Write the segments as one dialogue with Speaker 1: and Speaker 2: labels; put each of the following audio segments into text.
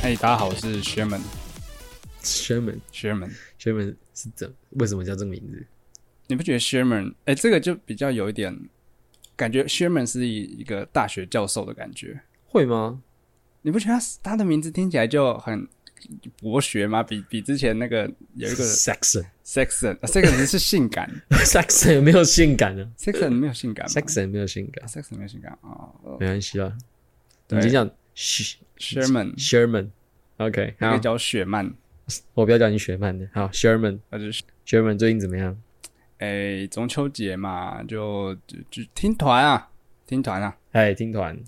Speaker 1: 嗨，哎大家好，我是 Sherman
Speaker 2: Sherman
Speaker 1: Sherman。
Speaker 2: Sherman 是怎为什么叫这个名字？
Speaker 1: 你不觉得 Sherman 哎、这个就比较有一点感觉，Sherman 是一一个大学教授的感觉。
Speaker 2: 会吗？
Speaker 1: 你不觉得他他的名字听起来就很博学吗？比比之前那个有一个
Speaker 2: Saxon
Speaker 1: Saxon，Saxon、Saxon 是性感
Speaker 2: Saxon 没有性感啊
Speaker 1: ，Saxon 没有性感吗
Speaker 2: ，Saxon 没有性感
Speaker 1: 啊，Saxon 没有性感哦。哦
Speaker 2: 没关系啦。
Speaker 1: 对
Speaker 2: 你就讲 Sh-
Speaker 1: Sherman
Speaker 2: Sherman。OK，
Speaker 1: 可
Speaker 2: 好
Speaker 1: 以，叫雪曼，
Speaker 2: 我不要叫你雪曼的。好，Sherman
Speaker 1: 那就是
Speaker 2: Sherman 最近怎么样？
Speaker 1: 哎、中秋节嘛，就就就听团啊，听团啊，
Speaker 2: 哎，听团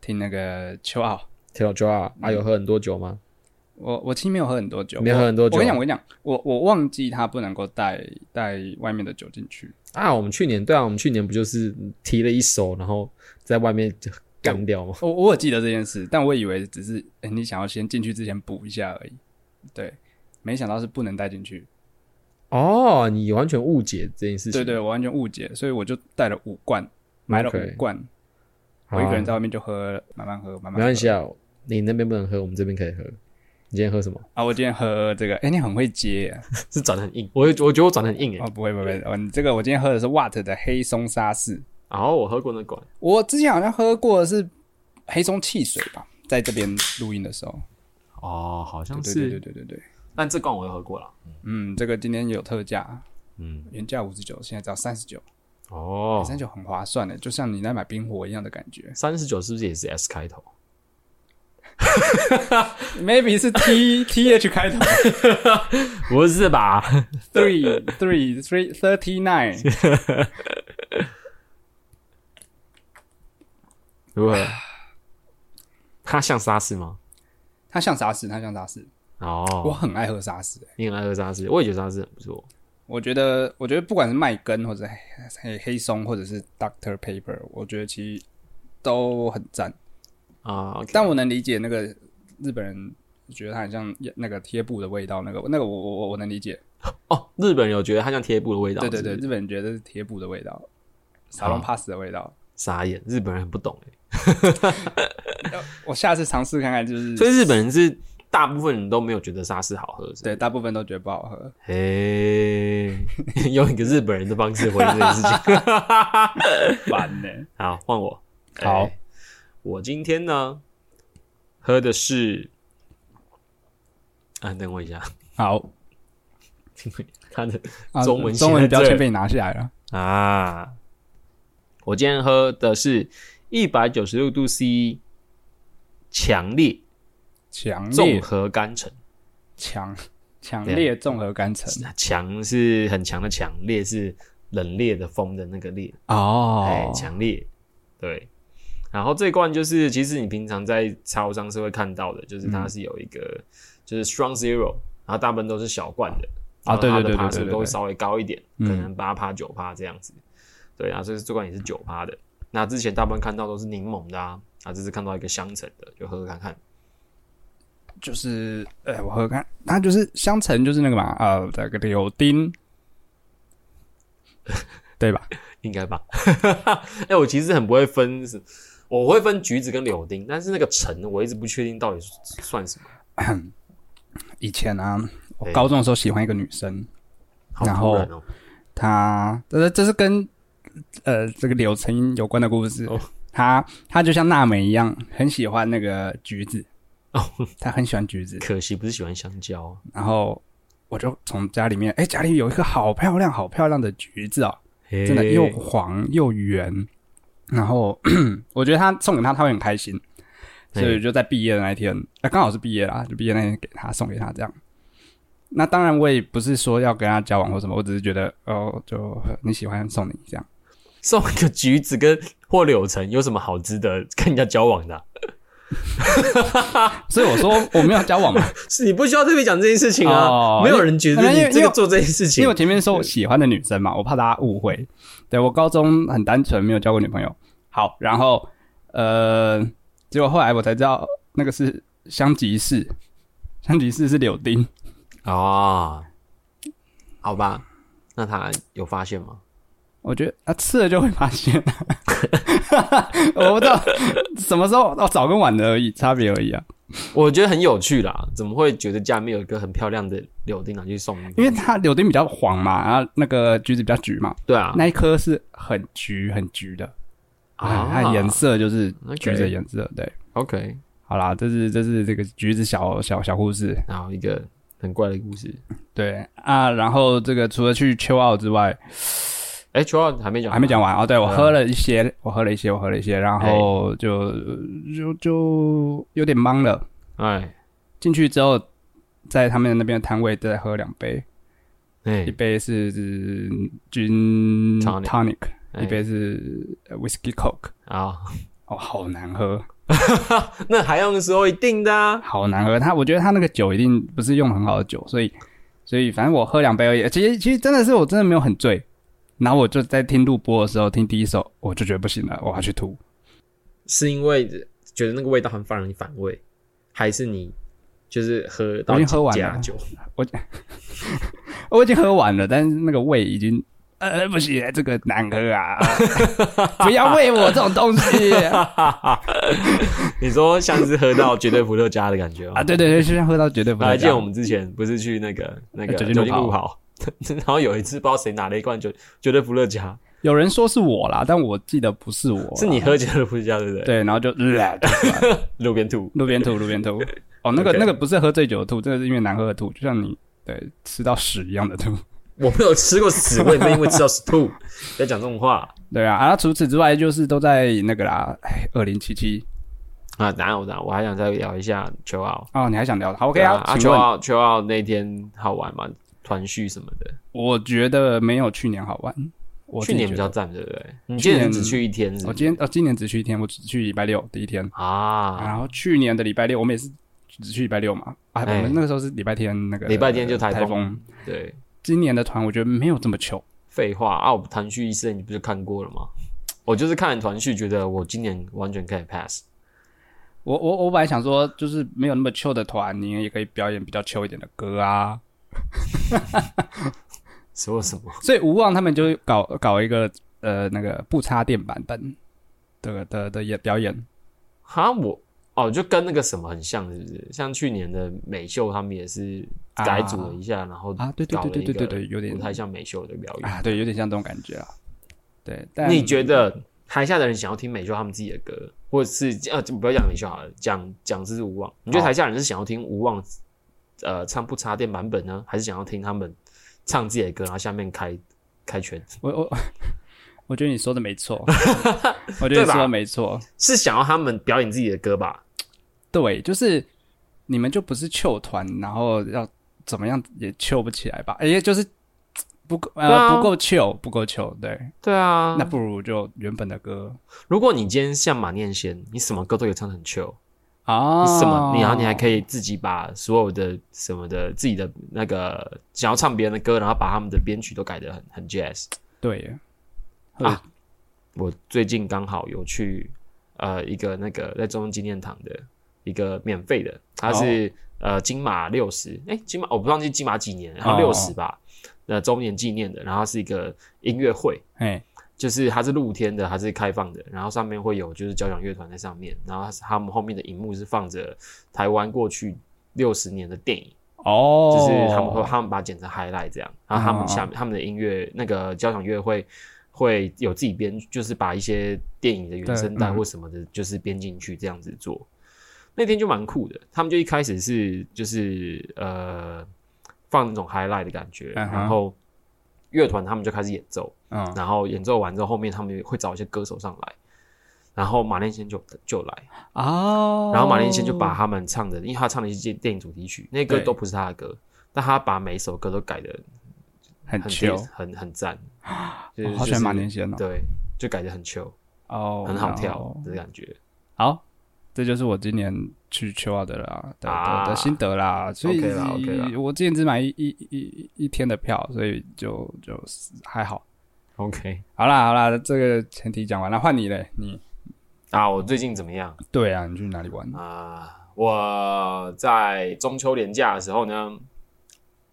Speaker 1: 听那个秋奥。
Speaker 2: Tell Jar
Speaker 1: 嗯
Speaker 2: 啊，有喝很多酒吗？
Speaker 1: 我我其实没有喝很多酒，
Speaker 2: 没有喝很多酒
Speaker 1: 我跟你讲，我跟你讲，我我忘记他不能够带带外面的酒进去。
Speaker 2: 啊，我们去年对啊，我们去年不就是提了一手，然后在外面就干掉吗？
Speaker 1: 我我有记得这件事，但我以为只是、诶你想要先进去之前补一下而已。对，没想到是不能带进去。
Speaker 2: 哦，你完全误解这件事情。
Speaker 1: 对对，我完全误解，所以我就带了五罐，买了五
Speaker 2: OK
Speaker 1: 罐
Speaker 2: 好啊，
Speaker 1: 我一个人在外面就喝，慢慢喝，慢慢喝。
Speaker 2: 没关系啊，你那边不能喝，我们这边可以喝。你今天喝什么？
Speaker 1: 啊！我今天喝这个，哎、你很会接啊！
Speaker 2: 是转的很硬，我我觉得我转的很硬哎、
Speaker 1: 哦，不会不会，哦，你这个我今天喝的是 Watt 的黑松沙士，
Speaker 2: 然后我喝过那款，
Speaker 1: 我之前好像喝过的是黑松汽水吧，在这边录音的时候。
Speaker 2: 哦，好像
Speaker 1: 对对对对对对，
Speaker 2: 但这罐我也喝过了。
Speaker 1: 嗯，这个今天有特价，
Speaker 2: 嗯，
Speaker 1: 原价五十九，现在只要三十九，
Speaker 2: 哦
Speaker 1: 三，十九很划算的，就像你在买冰火一样的感觉。
Speaker 2: 三十九是不是也是 S 开头？
Speaker 1: Maybe 是 T T H 开头
Speaker 2: 不是 吧？
Speaker 1: ，three three three thirty nine，
Speaker 2: 如何？它像沙士吗？
Speaker 1: 它像沙士，它像沙士，我
Speaker 2: 哦，
Speaker 1: 很爱喝沙士、欸
Speaker 2: 你很爱喝沙士，我也觉得沙士很不错。
Speaker 1: 我觉得，我觉得不管是麦根或者黑黑黑松，或者是 Doctor Paper，我觉得其实都很赞。
Speaker 2: 啊、o k
Speaker 1: 但我能理解那个日本人觉得它很像那个贴布的味道，那个那个我我我我能理解。
Speaker 2: 哦，日本人有觉得它像贴布的味道，
Speaker 1: 对对对，
Speaker 2: 是不是
Speaker 1: 日本人觉得是贴布的味道，沙龙 pass 的味道。
Speaker 2: 傻眼，日本人很不懂哎，
Speaker 1: 我下次尝试看看，就是
Speaker 2: 所以日本人是大部分人都没有觉得沙士好喝，是不是
Speaker 1: 对大部分都觉得不好喝。
Speaker 2: 嘿， 用一个日本人的方式回应这件事情。
Speaker 1: 烦呢、
Speaker 2: 好，换我。
Speaker 1: 好
Speaker 2: 哎我今天呢喝的是，啊，等我一下，
Speaker 1: 好，
Speaker 2: 他的
Speaker 1: 啊
Speaker 2: 中文
Speaker 1: 中文
Speaker 2: 写在
Speaker 1: 标
Speaker 2: 这
Speaker 1: 签
Speaker 2: 儿
Speaker 1: 被你拿下来了。
Speaker 2: 啊，我今天喝的是一百九十六度 C 强烈
Speaker 1: 强
Speaker 2: 综
Speaker 1: 烈
Speaker 2: 合甘醇，
Speaker 1: 强强
Speaker 2: 对啊
Speaker 1: 烈综合干层
Speaker 2: 强是很强的强，烈是冷冽的风的那个烈。哎
Speaker 1: 哦，
Speaker 2: 强烈，对。然后这一罐就是，其实你平常在超商是会看到的，
Speaker 1: 嗯
Speaker 2: 就是它是有一个、就是 Strong Zero，然后大部分都是小罐的，
Speaker 1: 啊对
Speaker 2: 然后
Speaker 1: 对对
Speaker 2: 它
Speaker 1: 对对
Speaker 2: 的趴
Speaker 1: 对
Speaker 2: 数都会稍微高一点，
Speaker 1: 嗯
Speaker 2: 可能八趴九趴这样子。对，然后这是这罐也是九趴的。那之前大部分看到都是柠檬的啊，啊，这次看到一个香橙的，就喝喝看看。
Speaker 1: 就是哎、我喝喝看，它就是香橙，就是那个嘛，呃，那个柳 丁，对吧？
Speaker 2: 应该吧。 哎、我其实很不会分是，我会分橘子跟柳丁，但是那个橙我一直不确定到底算什么。
Speaker 1: 以前啊，我
Speaker 2: 对
Speaker 1: 高中的时候喜欢一个女生，
Speaker 2: 好
Speaker 1: 然
Speaker 2: 突
Speaker 1: 后
Speaker 2: 然哦、
Speaker 1: 他，这这是跟呃这个柳成荫有关的故事。
Speaker 2: 哦
Speaker 1: 他他就像娜美一样，很喜欢那个橘子，
Speaker 2: 哦，
Speaker 1: 他很喜欢橘子。
Speaker 2: 可惜不是喜欢香蕉啊，
Speaker 1: 然后我就从家里面，哎、家里有一个好漂亮、好漂亮的橘子哦，真
Speaker 2: 真
Speaker 1: 的又黄又圆。然后 我觉得他送给他，他会很开心，所以就在毕业的那一天，啊，刚好是毕业啦，就毕业那天给他送给他这样。那当然，我也不是说要跟他交往或什么，我只是觉得哦，就你喜欢送你这样。
Speaker 2: 送一个橘子跟或柳橙有什么好值得跟人家交往的啊、
Speaker 1: 所以我说我没有交往嘛，
Speaker 2: 是你不需要特别讲这件事情啊，
Speaker 1: 哦
Speaker 2: 没有人觉得
Speaker 1: 因为
Speaker 2: 你
Speaker 1: 因
Speaker 2: 这
Speaker 1: 为
Speaker 2: 个做这件事
Speaker 1: 因
Speaker 2: 情
Speaker 1: 为我前面说我喜欢的女生嘛，我怕大家误会。对我高中很单纯，没有交过女朋友。好，然后呃，结果后来我才知道那个是香吉士，香吉士是柳丁，
Speaker 2: 啊、哦好吧？那他有发现吗？
Speaker 1: 我觉得啊吃了就会发现， 我不知道什么时候哦早跟晚的而已，差别而已啊。
Speaker 2: 我觉得很有趣啦，怎么会觉得家里面有一个很漂亮的柳丁拿去送？
Speaker 1: 因为它柳丁比较黄嘛，然后那个橘子比较橘嘛，
Speaker 2: 对啊，
Speaker 1: 那一颗是很橘很橘的，啊，
Speaker 2: 啊
Speaker 1: 它的颜色就是橘子的
Speaker 2: OK
Speaker 1: 颜色。对，
Speaker 2: OK，
Speaker 1: 好啦，这是这是这个橘子小小小故事。
Speaker 2: 然后一个很怪的故事。
Speaker 1: 对啊，然后这个除了去秋奥之外，
Speaker 2: 哎、秋奥还没讲，
Speaker 1: 还没，讲完哦。对，我
Speaker 2: 对啊
Speaker 1: 喝了一些，我喝了一些，我喝了一些，然后就就就有点懵了。
Speaker 2: 哎
Speaker 1: 进去之后，在他们那边的摊位再喝两杯，
Speaker 2: 哎
Speaker 1: 一杯是菌
Speaker 2: Tonic
Speaker 1: tonic，
Speaker 2: 哎
Speaker 1: 一杯是呃 whisky coke。
Speaker 2: 啊，
Speaker 1: 哦，好难喝，
Speaker 2: 那还用说一定的啊，
Speaker 1: 好难喝。他我觉得他那个酒一定不是用很好的酒，所以所以反正我喝两杯而已。其实其实真的是我真的没有很醉。然后我就在听录播的时候听第一首，我就觉得不行了，我要去吐。
Speaker 2: 是因为觉得那个味道很反人反胃，还是你就是喝
Speaker 1: 我
Speaker 2: 到
Speaker 1: 已经喝完
Speaker 2: 假
Speaker 1: 了
Speaker 2: 酒？
Speaker 1: 我已经喝完了，但是那个胃已经呃不行，这个难喝 啊！不要喂我这种东西啊！
Speaker 2: 你说像是喝到绝对伏特加的感觉吗？
Speaker 1: 啊对对对，就像喝到绝对不
Speaker 2: 还
Speaker 1: 能
Speaker 2: 记得我
Speaker 1: 讲。
Speaker 2: 们之前不是去那个那个
Speaker 1: 哎酒精
Speaker 2: 酒
Speaker 1: 路
Speaker 2: 精
Speaker 1: 跑
Speaker 2: 路跑， 然后有一次不知道谁拿了一罐酒绝对伏特加，
Speaker 1: 有人说是我啦，但我记得不是我啦，
Speaker 2: 是你喝绝对伏特加对 不对？，
Speaker 1: 对，然后就
Speaker 2: 路边吐。
Speaker 1: 路边吐，路边吐。哦，那个
Speaker 2: OK
Speaker 1: 那个不是喝醉酒的吐，这个是因为难喝的吐，就像你对吃到屎一样的吐。
Speaker 2: 我没有吃过屎，我也没因为吃到屎吐。 不要讲这种话
Speaker 1: 对啊，啊，除此之外就是都在那个啦，二零七七
Speaker 2: 啊！等一下我等一下我还想再聊一下秋奥。
Speaker 1: 哦，你还想聊？好，OK
Speaker 2: 对啊
Speaker 1: 啊，
Speaker 2: 啊
Speaker 1: 请
Speaker 2: 秋
Speaker 1: 问
Speaker 2: 奥秋奥那天好玩吗？团聚什么的，
Speaker 1: 我觉得没有去年好玩。我自
Speaker 2: 去
Speaker 1: 己
Speaker 2: 年
Speaker 1: 觉
Speaker 2: 比
Speaker 1: 得嗯
Speaker 2: 较赞，对不对？你
Speaker 1: 去
Speaker 2: 今年
Speaker 1: 年
Speaker 2: 只去一天是不是
Speaker 1: 我今天呃，今年只去一天，我只去礼拜六第一天，
Speaker 2: 啊，
Speaker 1: 然后去年的礼拜六我们也是只去礼拜六嘛，啊，
Speaker 2: 哎
Speaker 1: 我们那个时候是礼拜天那个
Speaker 2: 礼拜天就台
Speaker 1: 台
Speaker 2: 风对，
Speaker 1: 今年的团我觉得没有这么糗，
Speaker 2: 废话啊，我团聚一次你不就看过了吗？我就是看了团聚，觉得我今年完全可以 pass。
Speaker 1: 我我我本来想说就是没有那么糗的团，你也可以表演比较糗一点的歌 啊，
Speaker 2: 说什么？
Speaker 1: 所以无望他们就搞搞一个呃那个不插电版本的的的演表演，
Speaker 2: 哈，我哦，就跟那个什么很像，是不是？像去年的美秀，他们也是
Speaker 1: 啊
Speaker 2: 改组了一下，然后
Speaker 1: 啊对对
Speaker 2: 搞了
Speaker 1: 对对
Speaker 2: 一个
Speaker 1: 对对对有点
Speaker 2: 不太像美秀的表演。
Speaker 1: 啊，对，有点像这种感觉啊，对，但
Speaker 2: 你觉得台下的人想要听美秀他们自己的歌，或者是呃，不要讲美秀好了，讲讲是无望。你觉得
Speaker 1: 好
Speaker 2: 台下人是想要听无望呃唱不插电版本呢，还是想要听他们唱自己的歌，然后下面开开圈？
Speaker 1: 我我 我觉得你说的没错，我觉得
Speaker 2: 对
Speaker 1: 你
Speaker 2: 吧
Speaker 1: 说的没错。
Speaker 2: 是想要他们表演自己的歌吧？
Speaker 1: 对，就是你们就不是球团，然后要怎么样也球不起来吧？哎也就是不够呃、
Speaker 2: 对啊
Speaker 1: 不够球，不够球，对，
Speaker 2: 对啊
Speaker 1: 那不如就原本的歌
Speaker 2: 如果你今天像马念先，你什么歌都有唱得很 chill，、
Speaker 1: 啊，
Speaker 2: 你什么，你然后你还可
Speaker 1: 以
Speaker 2: 以自己把所有的什么的自己的那个想要唱别人的歌，然后把他们的编曲都改得很很 jazz。
Speaker 1: 对耶
Speaker 2: 啊我最近刚好有去呃一个那个在中央纪念堂的一个免费的，它是、呃金马六十，哎金马我不忘记金马几年，然后
Speaker 1: 哦
Speaker 2: 六十吧，呃周年纪念的，然后它是一个音乐会，
Speaker 1: 哎
Speaker 2: 就是它是露天的，它是开放的，然后上面会有就是交响乐团在上面，然后它是他们后面的荧幕是放着台湾过去六十年的电影，
Speaker 1: 哦，嗯
Speaker 2: 就是他们会他们把它剪成 highlight 这样，然后他们下面、他们的音乐那个交响乐会会有自己编，就是把一些电影的原声带
Speaker 1: 对嗯
Speaker 2: 或什么的，就是编进去这样子做。那天就蛮酷的，他们就一开始是就是呃放那种 highlight 的感觉，
Speaker 1: 嗯哼
Speaker 2: 然后乐团他们就开始演奏，
Speaker 1: 嗯
Speaker 2: 然后演奏完之后，后面他们会找一些歌手上来，然后马念先就就来，
Speaker 1: 哦，
Speaker 2: 然后马念先就把他们唱的，因为他唱的一些电影主题曲，那些歌
Speaker 1: 对
Speaker 2: 都不是他的歌，但他把每一首歌都改的
Speaker 1: 很
Speaker 2: 很
Speaker 1: 球，
Speaker 2: 很很赞，就
Speaker 1: 我
Speaker 2: 是
Speaker 1: 好喜欢马年贤哦
Speaker 2: 就，是对，就改的很 chill，
Speaker 1: 哦，
Speaker 2: 很好
Speaker 1: 然
Speaker 2: 跳
Speaker 1: 后
Speaker 2: 的感觉。
Speaker 1: 好。这就是我今年去秋奥的啦的
Speaker 2: 啊
Speaker 1: 的的心得啦，所以
Speaker 2: OK 啦，OK 啦
Speaker 1: 我之前只买一一一一一天的票，所以就就还好。
Speaker 2: OK，
Speaker 1: 好啦好啦，这个前提讲完了，换你嘞，你
Speaker 2: 啊，我最近怎么样
Speaker 1: 对啊，你去哪里玩？
Speaker 2: 啊？我在中秋连假的时候呢，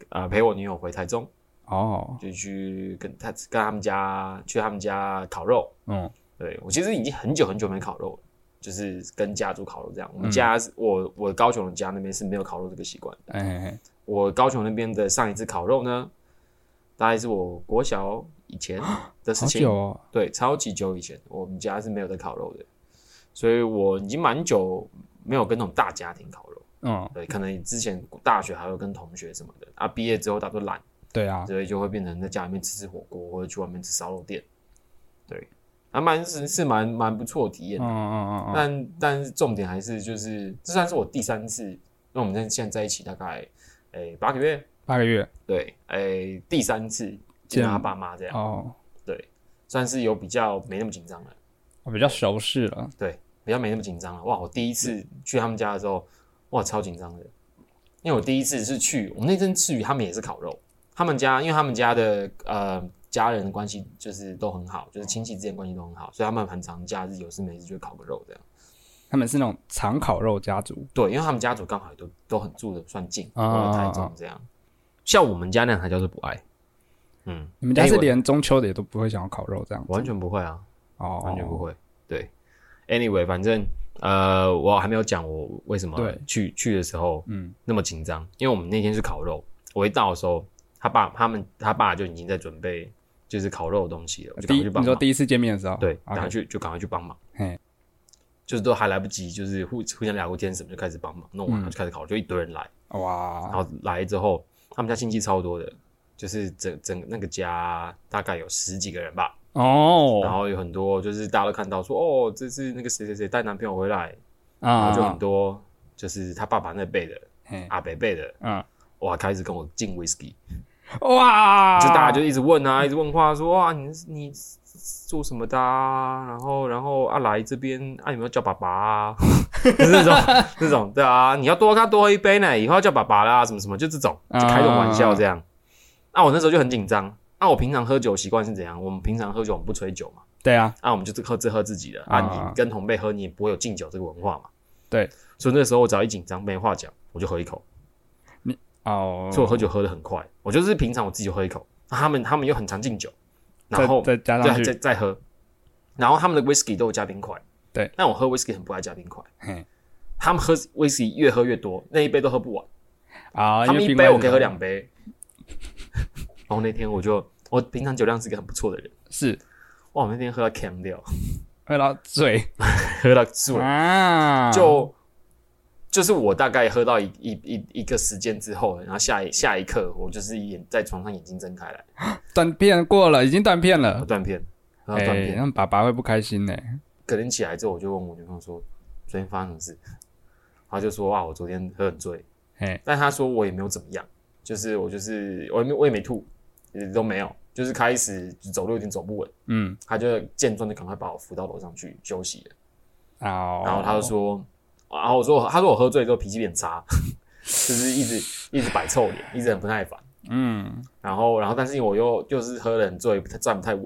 Speaker 2: 啊，陪我女友回台中，
Speaker 1: 哦，
Speaker 2: 就去跟她跟他们家去他们家烤肉。
Speaker 1: 嗯，
Speaker 2: 对我其实已经很久很久没烤肉了，就是跟家族烤肉这样。
Speaker 1: 嗯
Speaker 2: 我们家、我我高雄的家那边是没有烤肉这个习惯的。
Speaker 1: 哎、哎
Speaker 2: 我高雄那边的上一次烤肉呢，大概是我国小以前的事
Speaker 1: 好
Speaker 2: 情
Speaker 1: 久，哦，
Speaker 2: 对，超级久以前，我们家是没有在烤肉的，所以我已经蛮久没有跟那种大家庭烤肉。
Speaker 1: 嗯，
Speaker 2: 对，可能之前大学还有跟同学什么的，啊，毕业之后打算懒，
Speaker 1: 对啊，
Speaker 2: 所以就会变成在家里面吃吃火锅，或者去外面吃烧肉店。对，还蛮是是蛮蛮不错的体验
Speaker 1: 嗯
Speaker 2: 的。
Speaker 1: 嗯嗯嗯
Speaker 2: 但但是重点还是就是，这算是我第三次，因为我们现现在在一起大概诶八、个月，
Speaker 1: 嗯，八个月
Speaker 2: 对，诶、第三次见到他爸妈这样，
Speaker 1: 哦，
Speaker 2: 对，算是有比较没那么紧张了，
Speaker 1: 我比较熟识了，
Speaker 2: 比较没那么紧张了。哇，我第一次去他们家的时候，哇，超紧张的，因为我第一次是去，我们那阵去他们也是烤肉，他们家因为他们家的呃家人关系就是都很好，就是亲戚之间关系都很好，所以他们很常假日有事没事就会烤个肉这样。
Speaker 1: 他们是那种常烤肉家族，
Speaker 2: 对，因为他们家族刚好也都都很住的算近，
Speaker 1: 啊
Speaker 2: 或者台中这样。像我们家那样才叫做不爱，嗯，
Speaker 1: 你们家是
Speaker 2: Anyway
Speaker 1: 连中秋的也都不会想要烤肉这样子，
Speaker 2: 完全不会啊，
Speaker 1: 哦，
Speaker 2: 完全不会。对，anyway，反正呃，我还没有讲我为什么
Speaker 1: 对
Speaker 2: 去去的时候
Speaker 1: 嗯，
Speaker 2: 那么紧张，因为我们那天是烤肉，我一到的时候，他爸他们他爸就已经在准备就是烤肉的东西了，我就赶
Speaker 1: 第
Speaker 2: 快
Speaker 1: 一
Speaker 2: 去帮
Speaker 1: 你说
Speaker 2: 忙。
Speaker 1: 第一次见面的时候，
Speaker 2: 对，赶快
Speaker 1: OK，
Speaker 2: 去就赶快去帮忙
Speaker 1: 嘿，
Speaker 2: 就是都还来不及，就是互互相聊过天什么就开始帮忙，弄完
Speaker 1: 嗯
Speaker 2: 了就开始烤，就一堆人来。然
Speaker 1: 哇，
Speaker 2: 后来之后，他们家亲戚超多的，就是整整那个家大概有十几个人吧，然
Speaker 1: 哦，
Speaker 2: 后有很多就是大家都看到说，哦，这次那个谁谁谁带男朋友回来，然
Speaker 1: 啊，
Speaker 2: 后就很多就是他爸爸那辈的、
Speaker 1: 嘿，
Speaker 2: 阿伯辈的，
Speaker 1: 嗯，
Speaker 2: 哇，开始跟我敬 whisky，
Speaker 1: 哇，
Speaker 2: 就大家就一直问啊，一直问话说，哇，你你做什么的、啊？然后然后啊来这边啊有没有叫爸爸啊？ 就是这种这种对啊，你要多跟他多喝一杯呢，以后要叫爸爸啦，什么什么，就这种
Speaker 1: 啊
Speaker 2: 就开这种玩笑这样。啊，我那时候就很紧张。啊，我平常喝酒习惯是怎样？我们平常喝酒我们不吹酒嘛，
Speaker 1: 对啊，
Speaker 2: 啊，我们就是喝自喝自己的。
Speaker 1: 啊
Speaker 2: 啊，你跟同辈喝你也不会有敬酒这个文化嘛。
Speaker 1: 对，
Speaker 2: 所以那时候我只要一紧张没话讲，我就喝一口。
Speaker 1: 哦，
Speaker 2: 所以我喝酒喝的很快，我就是平常我自己喝一口，啊他们他们又很常敬酒，然后
Speaker 1: 再再加上
Speaker 2: 对，啊再
Speaker 1: 去，
Speaker 2: 再喝。然后他们的 whisky 都有加冰块，
Speaker 1: 对。
Speaker 2: 但我喝 whisky 很不爱加冰块，
Speaker 1: 嘿，
Speaker 2: 他们喝 whisky 越喝越多，那一杯都喝不完。
Speaker 1: 啊，
Speaker 2: 他们
Speaker 1: 因为
Speaker 2: 一
Speaker 1: 冰块
Speaker 2: 杯
Speaker 1: 是
Speaker 2: 我可以喝两杯。 然后那天我就，我平常酒量是一个很不错的人，
Speaker 1: 是
Speaker 2: 哇，我那天喝到 cam 掉，
Speaker 1: 喝到醉
Speaker 2: 喝到醉，
Speaker 1: 啊，
Speaker 2: 就就是我大概喝到一一一一个时间之后，然后下一下一刻，我就是眼在床上眼睛睁开来，
Speaker 1: 断片过了，已经断片
Speaker 2: 我
Speaker 1: 了，
Speaker 2: 断片，然后断
Speaker 1: 哎，
Speaker 2: 片。
Speaker 1: 那爸爸会不开心呢，
Speaker 2: 隔天起来之后，我就问我女朋友说，昨天发生什么事？她就说啊，我昨天喝很醉，
Speaker 1: 嘿，
Speaker 2: 但她说我也没有怎么样，就是我就是我也没我也没吐，也都没有，就是开始走路有点走不稳，
Speaker 1: 嗯，
Speaker 2: 她就见状就赶快把我扶到楼上去休息了。
Speaker 1: 哦，
Speaker 2: 然后她就说，然后我说我她说我喝醉之后脾气变差， 就是一直一直摆臭脸，一直很不耐烦。
Speaker 1: 嗯，
Speaker 2: 然后然后但是我又就是喝得很醉，不太站不太稳，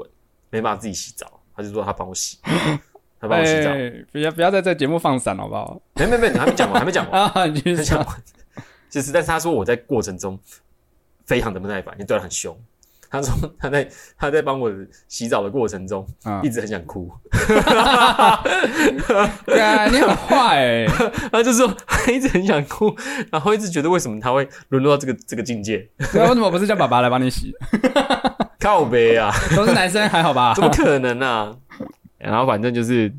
Speaker 2: 没办法自己洗澡，她就说她帮我洗，她帮我洗澡。
Speaker 1: 哎，不要不要在这节目放闪好不好？
Speaker 2: 没没没，你还没讲完，还没讲完。
Speaker 1: 啊，你去
Speaker 2: 他讲
Speaker 1: 想，
Speaker 2: 完，就是，但是他说我在过程中非常的不耐烦，也对他很凶。他说他在他在帮我洗澡的过程中，
Speaker 1: 嗯
Speaker 2: 一直很想哭。
Speaker 1: 啊干你很坏哎，
Speaker 2: 他就说他一直很想哭，然后一直觉得为什么他会沦落到这个这个境界，
Speaker 1: 那啊为什么不是叫爸爸来帮你洗？
Speaker 2: 靠背啊，
Speaker 1: 都是男生还好吧
Speaker 2: 怎？么可能啊？ 然后反正就是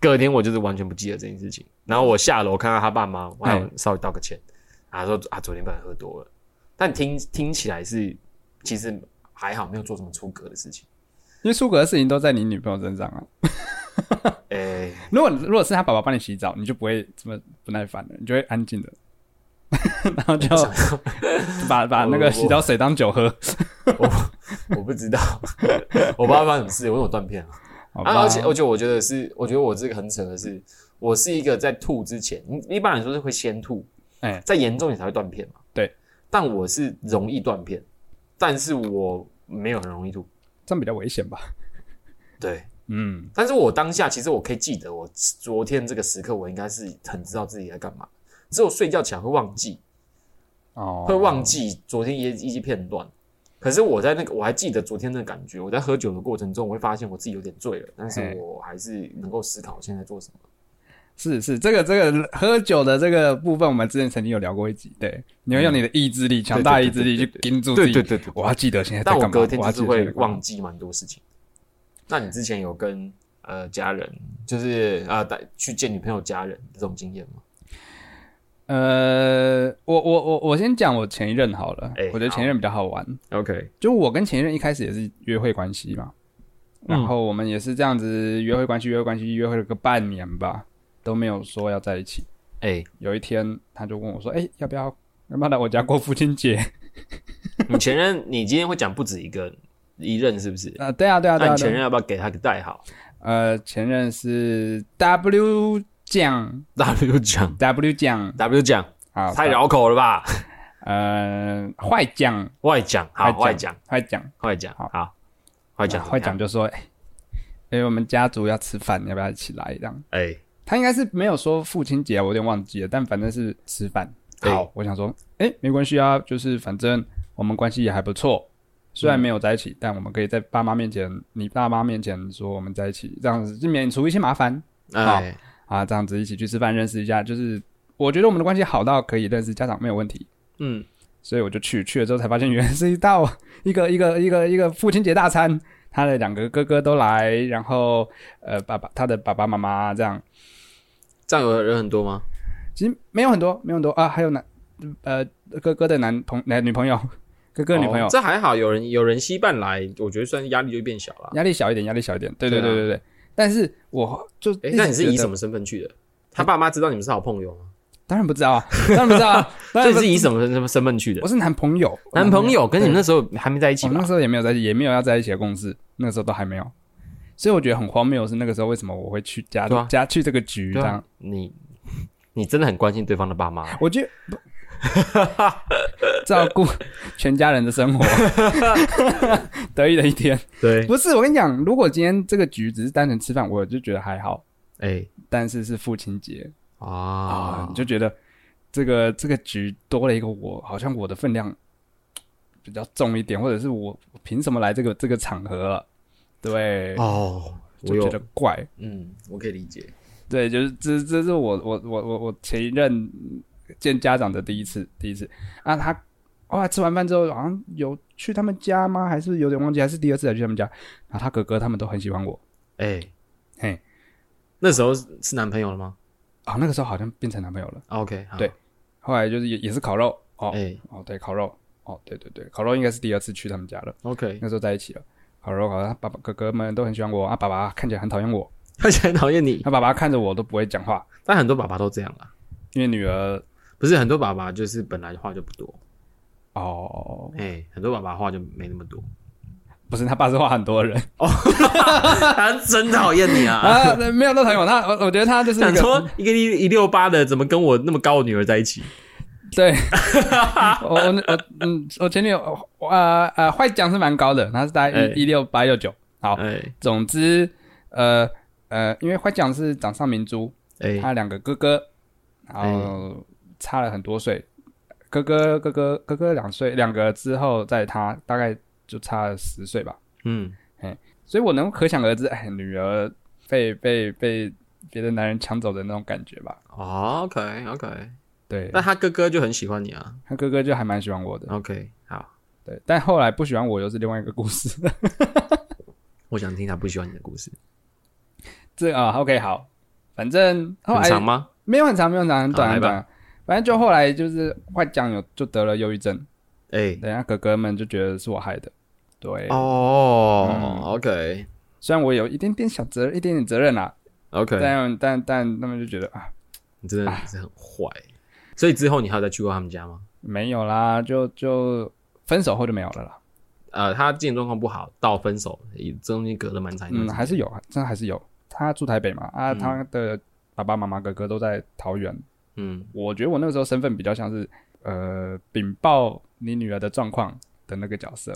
Speaker 2: 隔天我就是完全不记得这件事情。然后我下楼看到他爸妈，我还有稍微道个歉，啊说啊昨天不小心喝多了，但听听起来是其实还好，没有做什么出格的事情。
Speaker 1: 因为出格的事情都在你女朋友身上啊。
Speaker 2: 诶、
Speaker 1: 如果如果是他爸爸帮你洗澡，你就不会这么不耐烦了，你就会安静的， 然 后就把把那个洗澡水当酒喝。
Speaker 2: 我不知道， 我不知道发生什么事，我有断片了。
Speaker 1: 好吧
Speaker 2: 啊，而且而且我觉得是，我觉得我这个很扯的是，我是一个在吐之前，一一般来说是会先吐，
Speaker 1: 哎
Speaker 2: 再严重你才会断片嘛。
Speaker 1: 对，
Speaker 2: 但我是容易断片，但是我没有很容易吐。
Speaker 1: 这样比较危险吧？
Speaker 2: 对，
Speaker 1: 嗯，
Speaker 2: 但是我当下其实我可以记得，我昨天这个时刻我应该是很知道自己在干嘛，只有睡觉起来会忘记，
Speaker 1: 哦，
Speaker 2: 会忘记昨天一些一些片段。可是我在那个我还记得昨天的感觉，我在喝酒的过程中，我会发现我自己有点醉了，但是
Speaker 1: 嘿
Speaker 2: 我还是能够思考我现在在做什么。
Speaker 1: 是是，这个这个喝酒的这个部分，我们之前曾经有聊过一集。对，你要用你的意志力，强大意志力去盯住自己。
Speaker 2: 嗯对对对，
Speaker 1: 我要记得现在哎在
Speaker 2: 但
Speaker 1: 干
Speaker 2: 我
Speaker 1: 嘛。
Speaker 2: 隔天
Speaker 1: 我要
Speaker 2: 就
Speaker 1: 记
Speaker 2: 是
Speaker 1: 得
Speaker 2: 会
Speaker 1: 现在在干嘛
Speaker 2: 忘记蛮多事情。那你之前有跟呃家人，就是啊、带去见女朋友家人这种经验吗？
Speaker 1: 呃，我我我我先讲我前一任好了，
Speaker 2: 哎
Speaker 1: 我觉得前一任比较好玩。
Speaker 2: OK，
Speaker 1: 就我跟前一任一开始也是约会关系嘛，
Speaker 2: 嗯
Speaker 1: 然后我们也是这样子约会关系，约会关系，约会了个半年吧，都没有说要在一起。
Speaker 2: 哎、
Speaker 1: 有一天他就问我说：“哎、要不要要不要来我家过父亲节
Speaker 2: 你前任， 你今天会讲不止一个一任是不是？”？
Speaker 1: 啊、对啊，对啊，对
Speaker 2: 那
Speaker 1: 啊。
Speaker 2: 你
Speaker 1: 对啊
Speaker 2: 前任要不要给他个代号
Speaker 1: 呃，前任是 W 酱
Speaker 2: ？W 酱
Speaker 1: ，W 酱，
Speaker 2: ，W 酱，
Speaker 1: 好，
Speaker 2: 太绕口了吧？
Speaker 1: 呃，坏酱，
Speaker 2: 外讲，好，外讲，
Speaker 1: 坏酱，
Speaker 2: 外讲，
Speaker 1: 好
Speaker 2: 好，外讲，
Speaker 1: 坏酱，就说， 哎、哎、我们家族要吃饭，要不要一起来？这样，
Speaker 2: 哎，
Speaker 1: 他应该是没有说父亲节，我有点忘记了，但反正是吃饭。
Speaker 2: 对
Speaker 1: 好，我想说，哎、没关系啊，就是反正我们关系也还不错，虽然没有在一起，但我们可以在爸妈面前，你爸妈面前说我们在一起，这样子就免除一些麻烦。
Speaker 2: 哎，
Speaker 1: 啊，这样子一起去吃饭认识一下，就是我觉得我们的关系好到可以认识家长没有问题，
Speaker 2: 嗯，
Speaker 1: 所以我就去去了之后才发现，原来是一道一个一个一个一个父亲节大餐，他的两个哥哥都来，然后呃爸爸他的爸爸妈妈这样，
Speaker 2: 这样有人很多吗？
Speaker 1: 其实没有很多没有很多啊，还有男呃哥哥的男朋男女朋友，哥哥的女朋友、
Speaker 2: 哦这还好，有人有人稀办来，我觉得算是压力就变小了。
Speaker 1: 压力小一点，压力小一点，对对
Speaker 2: 对
Speaker 1: 对
Speaker 2: 啊
Speaker 1: 对对，但是我就
Speaker 2: 哎
Speaker 1: 一，直
Speaker 2: 那你是
Speaker 1: 觉
Speaker 2: 以
Speaker 1: 得
Speaker 2: 什么身份去的？他爸妈知道你们是好朋友吗？
Speaker 1: 当然不知道啊，当然不知道 啊，当
Speaker 2: 所
Speaker 1: 然
Speaker 2: 以你
Speaker 1: 不
Speaker 2: 是以什么身身份去的
Speaker 1: 我？是男朋友，
Speaker 2: 男朋友跟你
Speaker 1: 对
Speaker 2: 们那时候还没在一起
Speaker 1: 我哦那
Speaker 2: 吧？
Speaker 1: 时候也没有在一起，也没有要在一起的共识，那个时候都还没有，所以我觉得很荒谬的是那个时候为什么我会去加、
Speaker 2: 对啊
Speaker 1: 加去这个局这
Speaker 2: 对
Speaker 1: 样？
Speaker 2: 啊，你你真的很关心对方的爸妈。
Speaker 1: 我觉得 照顾全家人的生活， 得意的一天。
Speaker 2: 对，
Speaker 1: 不是我跟你讲，如果今天这个局只是单纯吃饭，我就觉得还好，
Speaker 2: 哎
Speaker 1: 但是是父亲节啊，
Speaker 2: 啊
Speaker 1: 你，就觉得这个这个局多了一个我，好像我的分量比较重一点，或者是我我凭什么来这个这个场合了？对，
Speaker 2: 哦，我
Speaker 1: 就觉得
Speaker 2: 有，
Speaker 1: 怪。
Speaker 2: 嗯，我可以理解。
Speaker 1: 对，就是这这是我我我我我前一任见家长的第一次第一次啊，他哇吃完饭之后好像有去他们家吗？还是有点忘记，还是第二次才去他们家。然后他哥哥他们都很喜欢我
Speaker 2: 哎，
Speaker 1: 嘿，
Speaker 2: 那时候是是男朋友了吗
Speaker 1: 啊、那个时候好像变成男朋友了。
Speaker 2: 啊？OK，好
Speaker 1: 对，后来就是也也是烤肉哦、
Speaker 2: 哎
Speaker 1: 哦对烤肉哦对对对烤肉应该是第二次去他们家了，
Speaker 2: ，OK，
Speaker 1: 那时候在一起了。烤肉烤肉，他爸爸哥哥们都很喜欢我啊，爸爸看起来很讨厌我，
Speaker 2: 他现在讨厌你，
Speaker 1: 他爸爸看着我都不会讲话，
Speaker 2: 但很多爸爸都这样啦。
Speaker 1: 因为女儿
Speaker 2: 不是很多爸爸就是本来话就不多，
Speaker 1: 哦
Speaker 2: 哎，很多爸爸话就没那么多。
Speaker 1: 不是他爸是话很多的人。
Speaker 2: 他真讨厌你 啊！
Speaker 1: 啊，对没有那讨厌我，他我我觉得他就是一
Speaker 2: 想
Speaker 1: 个嗯
Speaker 2: 说一个一一六八的，怎么跟我那么高的女儿在一起？
Speaker 1: 对，我我我嗯，我前女友呃呃坏讲是蛮高的，她是大概
Speaker 2: 哎
Speaker 1: 一一六八六九。好，
Speaker 2: 哎
Speaker 1: 总之呃呃，因为坏讲是掌上明珠，
Speaker 2: 哎
Speaker 1: 他两个哥哥，然后差了很多岁，哥哥哥哥哥哥两岁，两个之后在他大概就差了十岁吧，
Speaker 2: 嗯，
Speaker 1: 所以我能可想而知，哎，女儿被被被别的男人抢走的那种感觉吧。
Speaker 2: 哦，OK OK，
Speaker 1: 对，
Speaker 2: 那他哥哥就很喜欢你啊。
Speaker 1: 他哥哥就还蛮喜欢我的，
Speaker 2: OK，好，
Speaker 1: 对，但后来不喜欢我又是另外一个故事。
Speaker 2: 我想听他不喜欢你的故事，
Speaker 1: 这啊、o k 好，反正后
Speaker 2: 很
Speaker 1: 来
Speaker 2: 长吗？
Speaker 1: 没有很长，没有很长，很短
Speaker 2: 好
Speaker 1: 很
Speaker 2: 来吧
Speaker 1: 短。反正就后来就是坏酱有就得了忧郁症，
Speaker 2: 哎
Speaker 1: 等下哥哥们就觉得是我害的。对，嗯
Speaker 2: 哦，OK
Speaker 1: 虽然我有一点点小责，一点点责任啦、
Speaker 2: OK，
Speaker 1: 但但但他们就觉得啊，
Speaker 2: 你真的是很坏。所以之后你还有再去过他们家吗？
Speaker 1: 没有啦，就就分手后就没有了啦。
Speaker 2: 呃，他经济状况不好，到分手也中间隔哎了嗯蛮长一
Speaker 1: 嗯，
Speaker 2: 段时间。
Speaker 1: 还是有，真的还是有。他住台北嘛，啊，他的爸爸妈妈、哥哥都在桃园，
Speaker 2: 嗯
Speaker 1: 我觉得我那个时候身份比较像是呃禀报你女儿的状况的那个角色，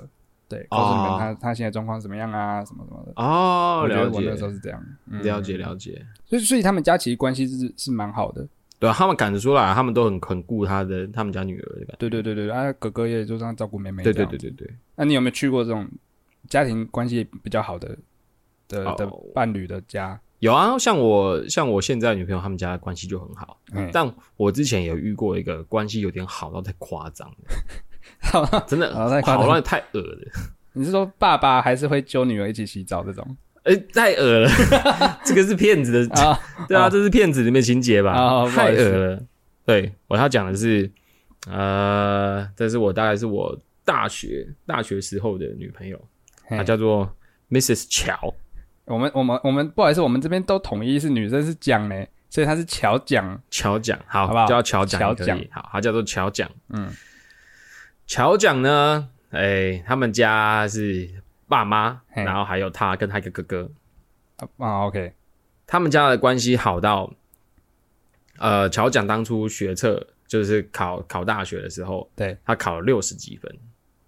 Speaker 1: 对，告诉你们
Speaker 2: 哦
Speaker 1: 她、她现在状况怎么样啊，什么什么的。
Speaker 2: 哦，
Speaker 1: 我觉
Speaker 2: 了
Speaker 1: 得我那个时
Speaker 2: 解
Speaker 1: 候是这样，嗯、
Speaker 2: 了解了解。
Speaker 1: 所以所以他们家其实关系是是蛮好的，
Speaker 2: 对啊，他们感得出来，他们都很很顾他的他们家女儿的感
Speaker 1: 对对对对，啊哥哥也就这样照顾妹妹，
Speaker 2: 觉。对对对。对对。
Speaker 1: 那你有没有去过这种家庭关系比较好的的、的
Speaker 2: 哦
Speaker 1: 伴侣的家？
Speaker 2: 有啊，像我像我现在女朋友他们家的关系就很好，
Speaker 1: 嗯
Speaker 2: 但我之前有遇过一个关系有点好到太夸张的，真的
Speaker 1: 好到太夸张
Speaker 2: 好到太恶了，
Speaker 1: 你是说爸爸还是会揪女儿一起洗澡这种
Speaker 2: 哎、太恶 了，这个是骗子的，
Speaker 1: 啊？
Speaker 2: 对啊，
Speaker 1: 哦
Speaker 2: 这是骗子里面情节吧？
Speaker 1: 哦不好
Speaker 2: 太
Speaker 1: 意思
Speaker 2: 恶了。对我要讲的是，呃，这是我大概是我大学大学时候的女朋友，
Speaker 1: 嘿
Speaker 2: 她叫做 Mrs. 乔。
Speaker 1: 我们我们我们不好意思，我们这边都统一是女生是蒋呢，所以她是乔蒋。
Speaker 2: 乔奖，好，
Speaker 1: 好不好
Speaker 2: 叫乔奖也可
Speaker 1: 乔
Speaker 2: 以，好，它叫做乔奖。
Speaker 1: 嗯，
Speaker 2: 乔奖呢，哎、他们家是爸妈，
Speaker 1: 嘿
Speaker 2: 然后还有他跟他一个哥哥，
Speaker 1: 啊，OK，
Speaker 2: 他们家的关系好到，呃，乔奖当初学测就是考考大学的时候，
Speaker 1: 对，
Speaker 2: 他考了六十几分，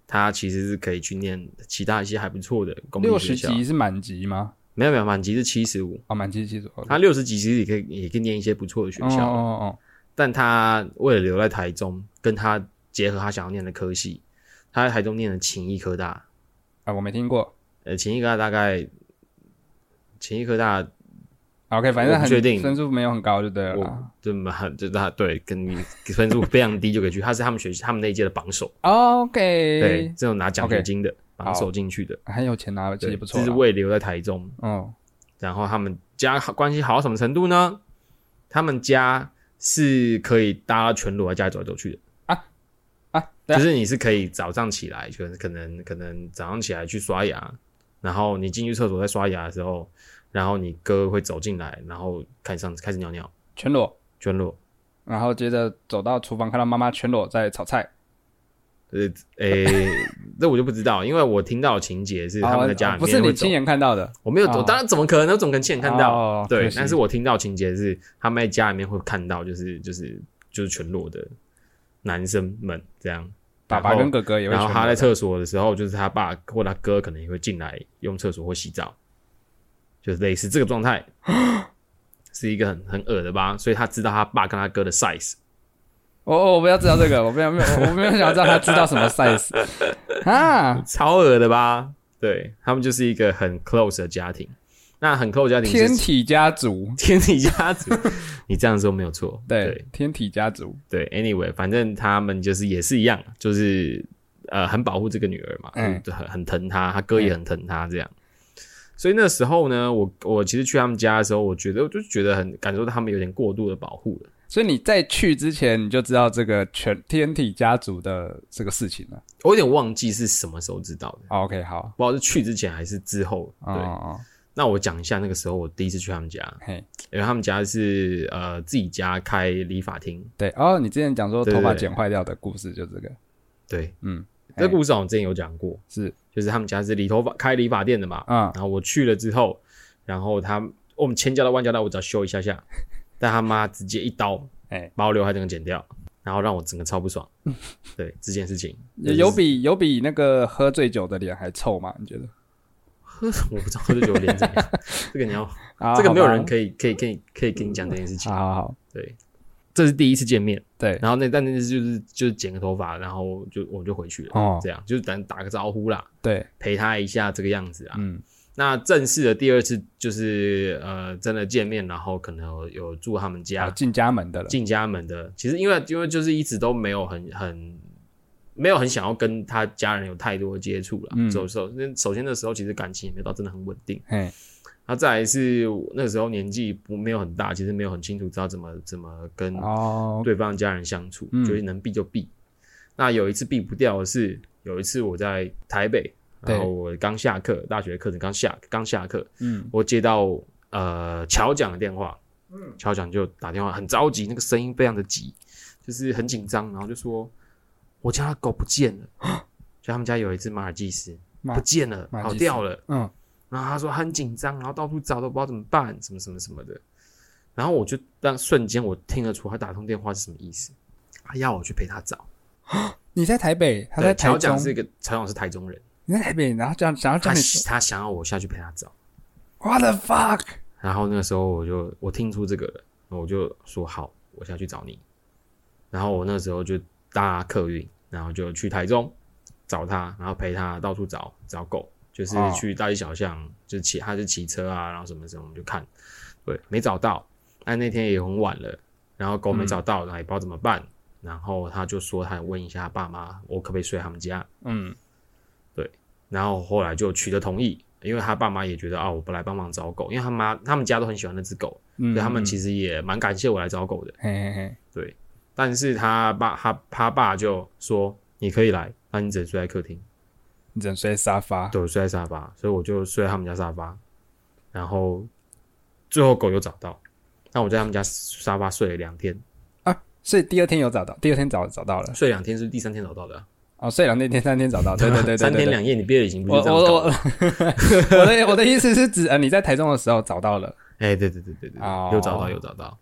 Speaker 2: 他其实是可以去念其他一些还不错的公立
Speaker 1: 六
Speaker 2: 学
Speaker 1: 十
Speaker 2: 校，
Speaker 1: 级是满级吗？
Speaker 2: 没有没有满级是七十五，
Speaker 1: 哦，满级七十五。
Speaker 2: 他六十几其实也可以也可以念一些不错的学
Speaker 1: 哦
Speaker 2: 校，
Speaker 1: 哦
Speaker 2: 但他为了留在台中，跟他结合他想要念的科系，他在台中念了勤益科大。
Speaker 1: 哦，啊，我没听过。
Speaker 2: 呃，勤益科大大概，勤益科大
Speaker 1: OK，反正
Speaker 2: 我
Speaker 1: 很
Speaker 2: 不确定
Speaker 1: 分数没有很高就对了啦。
Speaker 2: 我这么很就他对跟你分数非常低就可以去，他是他们学习他们那一届的榜首，对
Speaker 1: OK，，
Speaker 2: 这种拿奖学
Speaker 1: OK
Speaker 2: 金的榜首进去的，
Speaker 1: 很有钱拿，其
Speaker 2: 对，
Speaker 1: 实不错
Speaker 2: 这
Speaker 1: 啦。
Speaker 2: 是为了留在台中，
Speaker 1: 哦，
Speaker 2: 然后他们家关系好到什么程度呢？他们家是可以搭全裸在家里走来走去的
Speaker 1: 啊啊对
Speaker 2: 就
Speaker 1: 啊
Speaker 2: 是你是可以早上起来，就是可能可能早上起来去刷牙，然后你进去厕所在刷牙的时候，然后你哥会走进来，然后开始上开始尿尿
Speaker 1: 全裸，
Speaker 2: 全裸，
Speaker 1: 然后接着走到厨房，看到妈妈全裸在炒菜。
Speaker 2: 诶、 这我就不知道，因为我听到的情节是他们在家
Speaker 1: 哦
Speaker 2: 里
Speaker 1: 不
Speaker 2: 面、
Speaker 1: 是你亲，眼看到的，
Speaker 2: 我没有，
Speaker 1: 哦
Speaker 2: 我当然怎么可能？我怎么可能亲眼看到？
Speaker 1: 哦
Speaker 2: 对
Speaker 1: 可，惜
Speaker 2: 但是我听到情节是他们在家里面会看到，就是就是就是全裸的男生们这样，
Speaker 1: 爸爸
Speaker 2: 然后
Speaker 1: 跟哥哥也会
Speaker 2: 然
Speaker 1: 全
Speaker 2: 后
Speaker 1: 裸。
Speaker 2: 他在厕所的时候，就是他爸或他哥可能也会进来用厕所或洗澡，就是类似这个 状态，是一个很很恶的吧？所以他知道他爸跟他哥的 size，
Speaker 1: 我我我不要知道这个，我不要没有，我没有想要知道他知道什么 size 啊！
Speaker 2: 超恶的吧？对他们就是一个很 close 的家庭，那很 close 的家庭
Speaker 1: 天
Speaker 2: 是
Speaker 1: 体家族，
Speaker 2: 天体 家族，你这样说没有错，对
Speaker 1: 对，天体家族，
Speaker 2: 对，anyway，反正他们就是也是一样，就是呃很保护这个女儿嘛，
Speaker 1: 嗯
Speaker 2: 就很很疼她，他哥也很疼她这样。所以那时候呢，我我其实去他们家的时候，我觉得我就觉得很感受到他们有点过度的保护了。
Speaker 1: 所以你在去之前你就知道这个全天体家族的这个事情了。
Speaker 2: 我有点忘记是什么时候知道的，
Speaker 1: 哦 OK，好，
Speaker 2: 不知道是去之前还是之后。
Speaker 1: 哦
Speaker 2: 对，
Speaker 1: 哦，
Speaker 2: 那我讲一下那个时候我第一次去他们家，
Speaker 1: 嘿，
Speaker 2: 因为他们家是呃自己家开理发厅，
Speaker 1: 对，哦，你之前讲说
Speaker 2: 对
Speaker 1: 头发
Speaker 2: 对
Speaker 1: 剪坏掉的故事就这个，
Speaker 2: 对，
Speaker 1: 嗯，
Speaker 2: 这个故事好像之前有讲过，
Speaker 1: 是，
Speaker 2: 就是他们家是理头发开理发店的嘛，
Speaker 1: 嗯，
Speaker 2: 然后我去了之后，然后他我们千交代万交代，我只要修一下 下，但他妈直接一刀，
Speaker 1: 哎嗯
Speaker 2: 把我刘海整个剪掉，然后让我整个超不爽。对这件事情，
Speaker 1: 有有比有比那个喝醉酒的脸还臭吗？你觉得？
Speaker 2: 我不知道喝醉酒脸怎 样，这个你要，
Speaker 1: 啊
Speaker 2: 这个没有人
Speaker 1: 以。
Speaker 2: 可以可以可以可以跟你讲这件事情
Speaker 1: 好。好好，
Speaker 2: 对，这是第一次见面，
Speaker 1: 对，
Speaker 2: 然后那但那次就是就是剪个头发，然后就我就回去了，
Speaker 1: 哦，
Speaker 2: 这样就是等打个招呼啦，
Speaker 1: 对，
Speaker 2: 陪他一下这个样子啊。
Speaker 1: 嗯，
Speaker 2: 那正式的第二次就是呃真的见面，然后可能有有住他们家
Speaker 1: 啊，，进家门的了，
Speaker 2: 进家门的，其实因为因为就是一直都没有很很没有很想要跟他家人有太多的接触啦。
Speaker 1: 嗯
Speaker 2: 首首那首先的时候，其实感情也没有到真的很稳定。
Speaker 1: 嘿，
Speaker 2: 然后再来是那个时候年纪不没有很大，其实没有很清楚知道怎么怎么跟
Speaker 1: 哦，
Speaker 2: 嗯对方家人相处，
Speaker 1: 嗯
Speaker 2: 就是能避就避。那有一次避不掉的是，有一次我在台北，
Speaker 1: 对
Speaker 2: 然后我刚下课，大学课程刚下刚下课，
Speaker 1: 嗯，
Speaker 2: 我接到呃乔蒋的电话，嗯，乔蒋就打电话，很着急，那个声音非常的急，就是很紧张，然后就说我家的狗不见了，就他们家有一只马尔济斯
Speaker 1: 啊马
Speaker 2: 不见了，
Speaker 1: 马尔
Speaker 2: 跑
Speaker 1: 济斯
Speaker 2: 掉了，
Speaker 1: 嗯，
Speaker 2: 然后他说他很紧张，然后到处找都不知道怎么办，什么什么什么的，然后我就当瞬间我听得出他打通电话是什么意思，他要我去陪他找，
Speaker 1: 你在台北，他
Speaker 2: 对
Speaker 1: 在台
Speaker 2: 乔
Speaker 1: 中
Speaker 2: 蒋，是一个乔蒋是台中人，
Speaker 1: 你在台北，然后这样想要叫
Speaker 2: 他
Speaker 1: 你
Speaker 2: 他想要我下去陪他找。
Speaker 1: ，What the fuck？
Speaker 2: 然后那个时候我就我听出这个了，我就说好，我下去找你。然后我那时候就搭客运，然后就去台中找他，然后陪他到处找找狗，就是
Speaker 1: 哦
Speaker 2: 去大街小巷，就骑他就骑车啊，然后什么什么我们就看。对，没找到。但那天也很晚了，然后狗没找到，然后也不知道怎么办。然后他就说他问一下爸妈，我可不可以睡他们家？
Speaker 1: 嗯，
Speaker 2: 然后后来就取得同意，因为他爸妈也觉得啊，我不来帮忙找狗，因为他妈他们家都很喜欢那只狗，
Speaker 1: 嗯
Speaker 2: 所以他们其
Speaker 1: 实
Speaker 2: 实也蛮感谢我来找狗的。
Speaker 1: 嘿嘿嘿，
Speaker 2: 对，但是他爸他他爸就说你可以来，那你只能睡在客厅。
Speaker 1: 你只能睡沙发，
Speaker 2: 对，我睡在沙发，所以我就睡在他们家沙发。然后最后狗有找到，但我在他们家沙发睡了两天，
Speaker 1: 所以第二天有找到，第二天找找到了，
Speaker 2: 睡两天是第三天找到的啊、
Speaker 1: 哦，睡两天，三天找到，对对对对，
Speaker 2: 三
Speaker 1: 对
Speaker 2: 天
Speaker 1: 对
Speaker 2: 两夜你毕业旅行不
Speaker 1: 我
Speaker 2: 是这样
Speaker 1: 我我
Speaker 2: 搞
Speaker 1: 我
Speaker 2: 的？
Speaker 1: 的 我的意思是指呃你在台中的时候找到了，
Speaker 2: 哎，对对对对对，
Speaker 1: 哦
Speaker 2: 又找到又找到。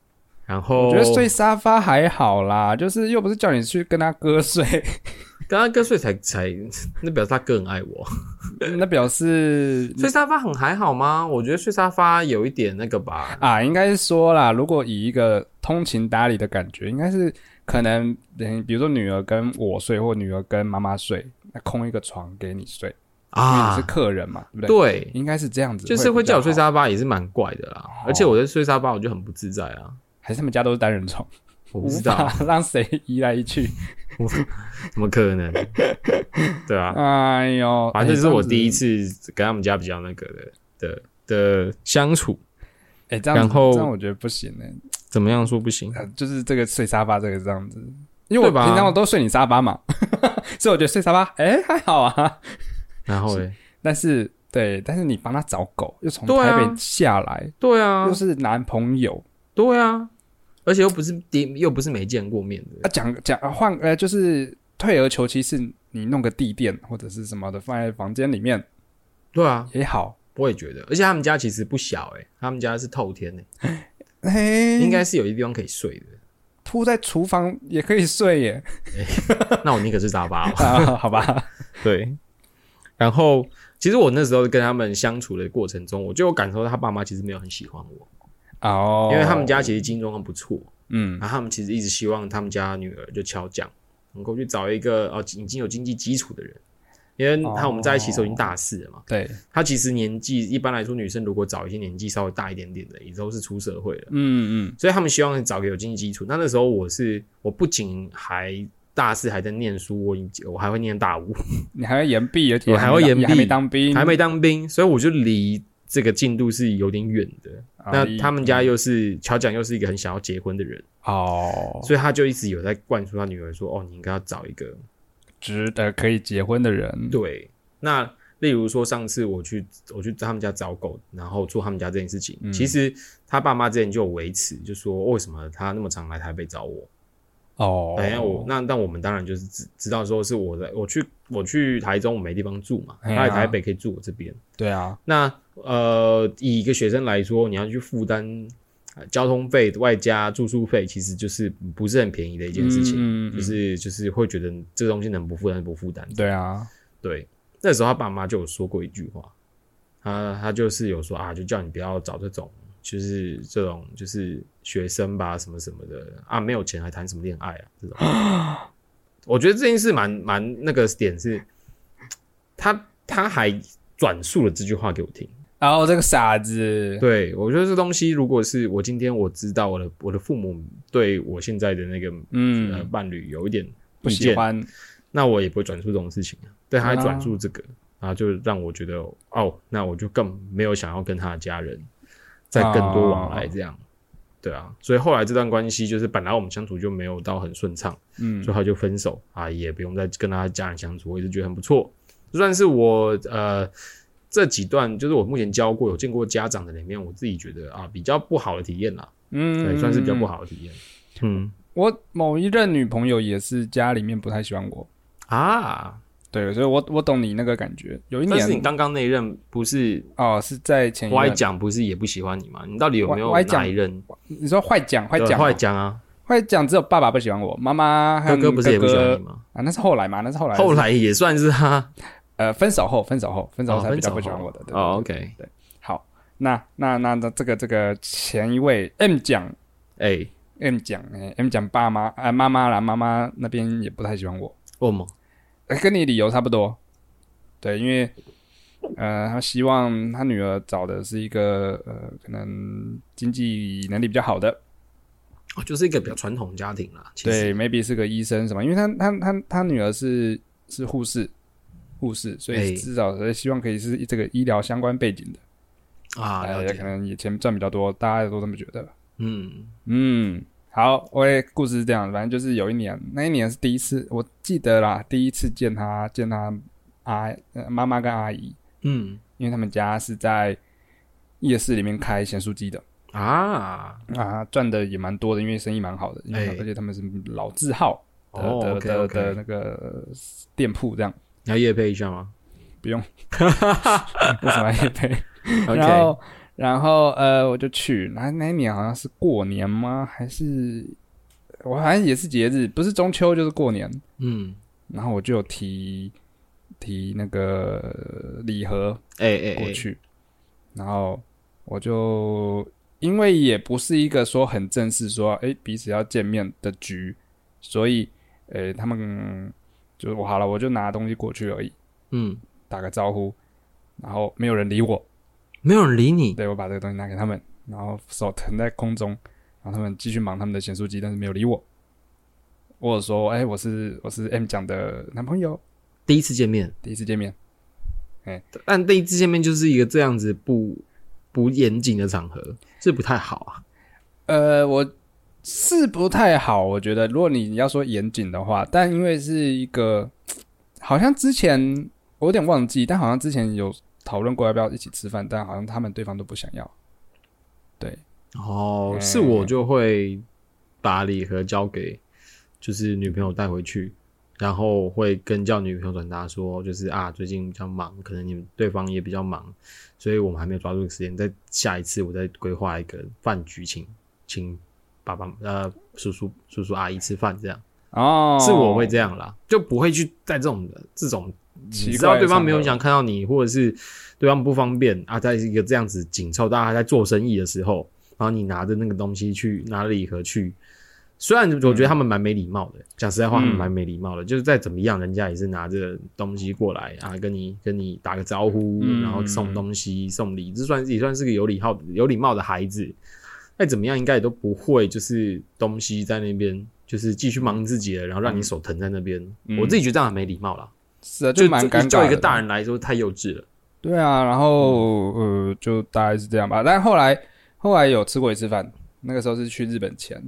Speaker 2: 然后
Speaker 1: 我觉得睡沙发还好啦，就是又不是叫你去跟他哥睡，
Speaker 2: 刚刚跟睡才才，那表示他更爱我。
Speaker 1: 那表示
Speaker 2: 睡沙发很还好吗？我觉得睡沙发有一点那个吧，
Speaker 1: 啊，应该是说啦，如果以一个通情达理的感觉，应该是可能嗯比如说女儿跟我睡，或女儿跟妈妈睡，那空一个床给你睡，因为你
Speaker 2: 啊
Speaker 1: 是，客人嘛，对不对？
Speaker 2: 对，
Speaker 1: 应该是这样子，
Speaker 2: 就是会叫我睡
Speaker 1: 发，
Speaker 2: 沙发也是蛮怪的啦。而且我在睡沙发我就很不自在啊，
Speaker 1: 还是他们家都是单人床，
Speaker 2: 我不
Speaker 1: 无
Speaker 2: 知道
Speaker 1: 法 让谁移来移去。
Speaker 2: 怎么可 能，对啊，
Speaker 1: 哎呦，
Speaker 2: 反正这是我第一
Speaker 1: 次。
Speaker 2: 次跟他们家比较那个的的的相处，
Speaker 1: 哎、这样子
Speaker 2: 然后
Speaker 1: 这样我觉得不行呢、
Speaker 2: 怎么样说不行？
Speaker 1: 呃就是这个睡沙发这个这样子，因为我
Speaker 2: 对吧
Speaker 1: 平常我都睡你沙发嘛， 所以我觉得睡沙发哎、还好啊。
Speaker 2: 然后嘞，
Speaker 1: 但是对，但是你帮他找狗，又从
Speaker 2: 对啊
Speaker 1: 台北下来，
Speaker 2: 对啊
Speaker 1: 又，是男朋友
Speaker 2: 对啊，而且又不是第又不是没见过面的
Speaker 1: 啊，，讲讲啊换呃，就是退而求其次，你弄个地垫或者是什么的放在房间里面
Speaker 2: 对啊，
Speaker 1: 也好。
Speaker 2: 我也觉得，而且他们家其实不小诶、他们家是透天诶、
Speaker 1: 嘿，
Speaker 2: 应该是有一地方可以睡的。
Speaker 1: 铺在厨房也可以睡耶，
Speaker 2: 那我宁可是沙发、哦。
Speaker 1: 啊、 好吧？
Speaker 2: 对，然后其实我那时候跟他们相处的过程中，我就有感受到他爸妈其实没有很喜欢我，
Speaker 1: 哦，
Speaker 2: 因为他们家其实经济状况不错，
Speaker 1: 嗯
Speaker 2: 然后他们其实一直希望他们家女儿就敲奖，能够去找一个哦已经有经济基础的人。因为他
Speaker 1: 哦
Speaker 2: 我们在一起的时候已经大四了嘛，
Speaker 1: 对，
Speaker 2: 他其实年纪一般来说，女生如果找一些年纪稍微大一点点的，也都是出社会了。
Speaker 1: 嗯嗯
Speaker 2: 所以他们希望找个有经济基础。那那时候我是，我不仅还大四还在念书，我已经我还会念大五，
Speaker 1: 你还要延毕，而且
Speaker 2: 我还要延
Speaker 1: 你还没
Speaker 2: 毕
Speaker 1: 当兵，
Speaker 2: 还没当兵，所以我就离这个进度是有点远的。
Speaker 1: 啊
Speaker 2: 那
Speaker 1: 一
Speaker 2: 他们家又是乔蒋，又是一个很想要结婚的人，
Speaker 1: 哦，
Speaker 2: 所以他就一直有在灌输他女儿说：“哦，你应该要找一个
Speaker 1: 嗯值得可以结婚的人，
Speaker 2: 对。”那例如说上次我去我去他们家找狗，然后做他们家这件事情，
Speaker 1: 嗯
Speaker 2: 其实他爸妈之前就有维持，就说哦为什么他那么常来台北找我？
Speaker 1: 哦，
Speaker 2: 哎、我那但我们当然就是知知道说是我在我去我去台中我没地方住嘛，
Speaker 1: 哎呀
Speaker 2: 他来台北可以住我这边。
Speaker 1: 对啊，
Speaker 2: 那呃，以一个学生来说，你要去负担呃交通费外加住宿费，其实就是不是很便宜的一件事情，
Speaker 1: 嗯嗯嗯
Speaker 2: 就是就是会觉得这东西能不负担就不负担。
Speaker 1: 对啊，
Speaker 2: 对，那时候他爸妈就有说过一句话，他他就是有说啊，就叫你不要找这种就是这种就是学生吧，什么什么的啊，没有钱还谈什么恋爱啊 这种。我觉得这件事蛮蛮那个点是，他他还转述了这句话给我听。
Speaker 1: 然后哦这个傻子，
Speaker 2: 对我觉得这东西，如果是我今天我知道我的我的父母对我现在的那个、呃
Speaker 1: 嗯，
Speaker 2: 伴侣有一点
Speaker 1: 不
Speaker 2: 意
Speaker 1: 喜
Speaker 2: 见，
Speaker 1: 欢，
Speaker 2: 那我也不会转述这种事情啊。对，他还
Speaker 1: 啊
Speaker 2: 转述这个，然后就让我觉得哦，那我就更没有想要跟他的家人再更多往
Speaker 1: 啊
Speaker 2: 来这样。对啊，所以后来这段关系就是本来我们相处就没有到很顺畅，
Speaker 1: 嗯
Speaker 2: 所以他就分手啊，也不用再跟他家人相处，我一直觉得很不错。就算是我呃这几段，就是我目前教过有见过家长的里面，我自己觉得啊比较不好的体验啦，对，
Speaker 1: 嗯，
Speaker 2: 算是比较不。好的体验。嗯
Speaker 1: 我某一任女朋友也是家里面不太喜欢我，
Speaker 2: 啊，
Speaker 1: 对，所以我我懂你那个感觉。有一
Speaker 2: 但是你
Speaker 1: 年
Speaker 2: 刚刚那一任不是
Speaker 1: 哦，是在前一
Speaker 2: 歪
Speaker 1: 任，
Speaker 2: 讲不是也不喜欢你吗？你到底有没有
Speaker 1: 歪歪讲
Speaker 2: 哪一任
Speaker 1: 你说坏讲坏
Speaker 2: 对
Speaker 1: 讲
Speaker 2: 坏讲啊？
Speaker 1: 坏讲，只有爸爸不喜欢我，妈妈和
Speaker 2: 哥哥不是也不喜欢你
Speaker 1: 哥
Speaker 2: 吗？
Speaker 1: 啊？那是后来嘛？那是后来的事，
Speaker 2: 后来也算是啊他
Speaker 1: 呃，分手后，分手后，分手
Speaker 2: 哦
Speaker 1: 后才
Speaker 2: 分
Speaker 1: 比较
Speaker 2: 手
Speaker 1: 不喜欢
Speaker 2: 后
Speaker 1: 我的，对
Speaker 2: 哦。OK，
Speaker 1: 好，那那那那这个这个前一位 M 讲
Speaker 2: 哎，
Speaker 1: M 讲、哎 m 讲爸妈啊妈妈啦，妈妈那边也不太喜欢我，哎
Speaker 2: 我吗？
Speaker 1: 呃跟你理由差不多。对，因为呃，他希望他女儿找的是一个呃，可能经济能力比较好的，
Speaker 2: 哦就是一个比较传统家庭啦。其
Speaker 1: 对
Speaker 2: 实
Speaker 1: ，maybe 是个医生什么，因为他他他他女儿是是护士，护士，所
Speaker 2: 哎
Speaker 1: 以至少呃希望可以是这个医疗相关背景的，
Speaker 2: 啊，
Speaker 1: 大
Speaker 2: 了
Speaker 1: 家哎可
Speaker 2: 解，
Speaker 1: 能以前赚比较多，大家都这么觉得。
Speaker 2: 嗯，
Speaker 1: 嗯，好，OK，故事是这样，反正就是有一年，那一年是第一次，我记得啦，第一次见他见他阿呃妈妈跟阿姨，
Speaker 2: 嗯
Speaker 1: 因为他们家是在夜市里面开咸酥鸡的
Speaker 2: 啊，
Speaker 1: 啊，赚的也蛮多的，因为生意蛮好的，因为、
Speaker 2: 哎
Speaker 1: 而且他们是老字号的、
Speaker 2: 哦
Speaker 1: 的
Speaker 2: ，OK
Speaker 1: 的
Speaker 2: OK，
Speaker 1: 的那个店铺这样，
Speaker 2: 你要夜配一下吗
Speaker 1: 为什么也配？然
Speaker 2: ？OK，
Speaker 1: 后然后呃，我就去，那那一年好像是过年吗？还是我好像也是节日，不是中秋就是过年。
Speaker 2: 嗯，
Speaker 1: 然后我就有提提那个礼盒
Speaker 2: 哎哎
Speaker 1: 过
Speaker 2: 哎，
Speaker 1: 去，然后我就因为也不是一个说很正式说哎、诶彼此要见面的局，所以呃、他们就我好了，我就拿东西过去而已，
Speaker 2: 嗯，
Speaker 1: 打个招呼，然后没有人理我，
Speaker 2: 没有人理你，
Speaker 1: 对我把这个东西拿给他们，然后手腾在空中，然后他们继续忙他们的咸酥鸡，但是没有理我。我有说，哎、我是我是 M 讲的男朋友，
Speaker 2: 第一次见面，
Speaker 1: 第一次见面。
Speaker 2: 但第一次见面就是一个这样子不不严谨的场合，这不太好啊。
Speaker 1: 呃，我是不太好，我觉得如果你要说严谨的话，但因为是一个，好像之前我有点忘记，但好像之前有讨论过要不要一起吃饭，但好像他们对方都不想要。
Speaker 2: 哦，
Speaker 1: 嗯
Speaker 2: 是我就会把礼盒交给就是女朋友带回去，然后会跟叫女朋友转达说，就是啊最近比较忙，可能你们对方也比较忙，所以我们还没有抓住时间，在下一次我再规划一个饭局请，请爸爸呃叔叔叔叔阿姨吃饭这样，
Speaker 1: 哦，
Speaker 2: 是我会这样啦，就不会去在这种这种
Speaker 1: 奇怪的
Speaker 2: 你知道对方没
Speaker 1: 场
Speaker 2: 有嗯
Speaker 1: 合
Speaker 2: 想看到你，或者是对方不方便啊，在一个这样子紧凑，大家在做生意的时候，然后你拿着那个东西去拿礼盒去，虽然我觉得他们蛮没礼貌的，讲实在话，他们蛮没礼貌的，就是再怎么样，人家也是拿着东西过来啊，跟你跟你打个招呼，
Speaker 1: 嗯
Speaker 2: 然后送东西送礼，这算也算是个有礼貌有礼貌的孩子，再怎么样应该也都不会就是东西在那边。就是继续忙自己了，然后让你手疼在那边，
Speaker 1: 嗯
Speaker 2: 我自己觉得这样很没礼貌啦。
Speaker 1: 是啊，
Speaker 2: 就
Speaker 1: 蛮尴尬的。
Speaker 2: 叫一个大人来说太幼稚了。
Speaker 1: 对啊，然后、呃，就大概是这样吧。但后来后来有吃过一次饭，那个时候是去日本前，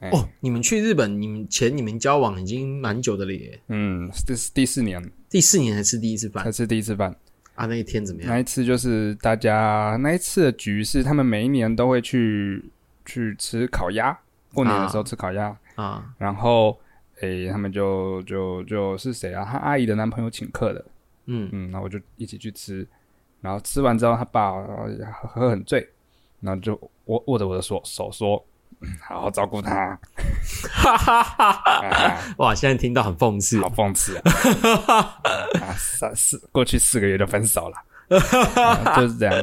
Speaker 1: 哎
Speaker 2: 哦，你们去日本，你们前你们交往已经蛮久的了耶，
Speaker 1: 嗯，这是第四年
Speaker 2: 第四年才吃第一次
Speaker 1: 才
Speaker 2: 饭
Speaker 1: 吃第一次饭。
Speaker 2: 啊？那一天怎么样？
Speaker 1: 那一次就是大家那一次的局是他们每一年都会去去吃烤鸭，过年的时候吃烤鸭，
Speaker 2: 啊，
Speaker 1: 然后诶、他们就就就是谁啊？他阿姨的男朋友请客的，
Speaker 2: 嗯，
Speaker 1: 嗯，然后我就一起去吃，然后吃完之后他爸呃喝很醉，然后就握握着我的手手说。嗯好好照顾他，啊、
Speaker 2: 哇，现在听到很讽刺
Speaker 1: 好讽刺啊！啊，三四过去四个月就分手了、啊就是这样。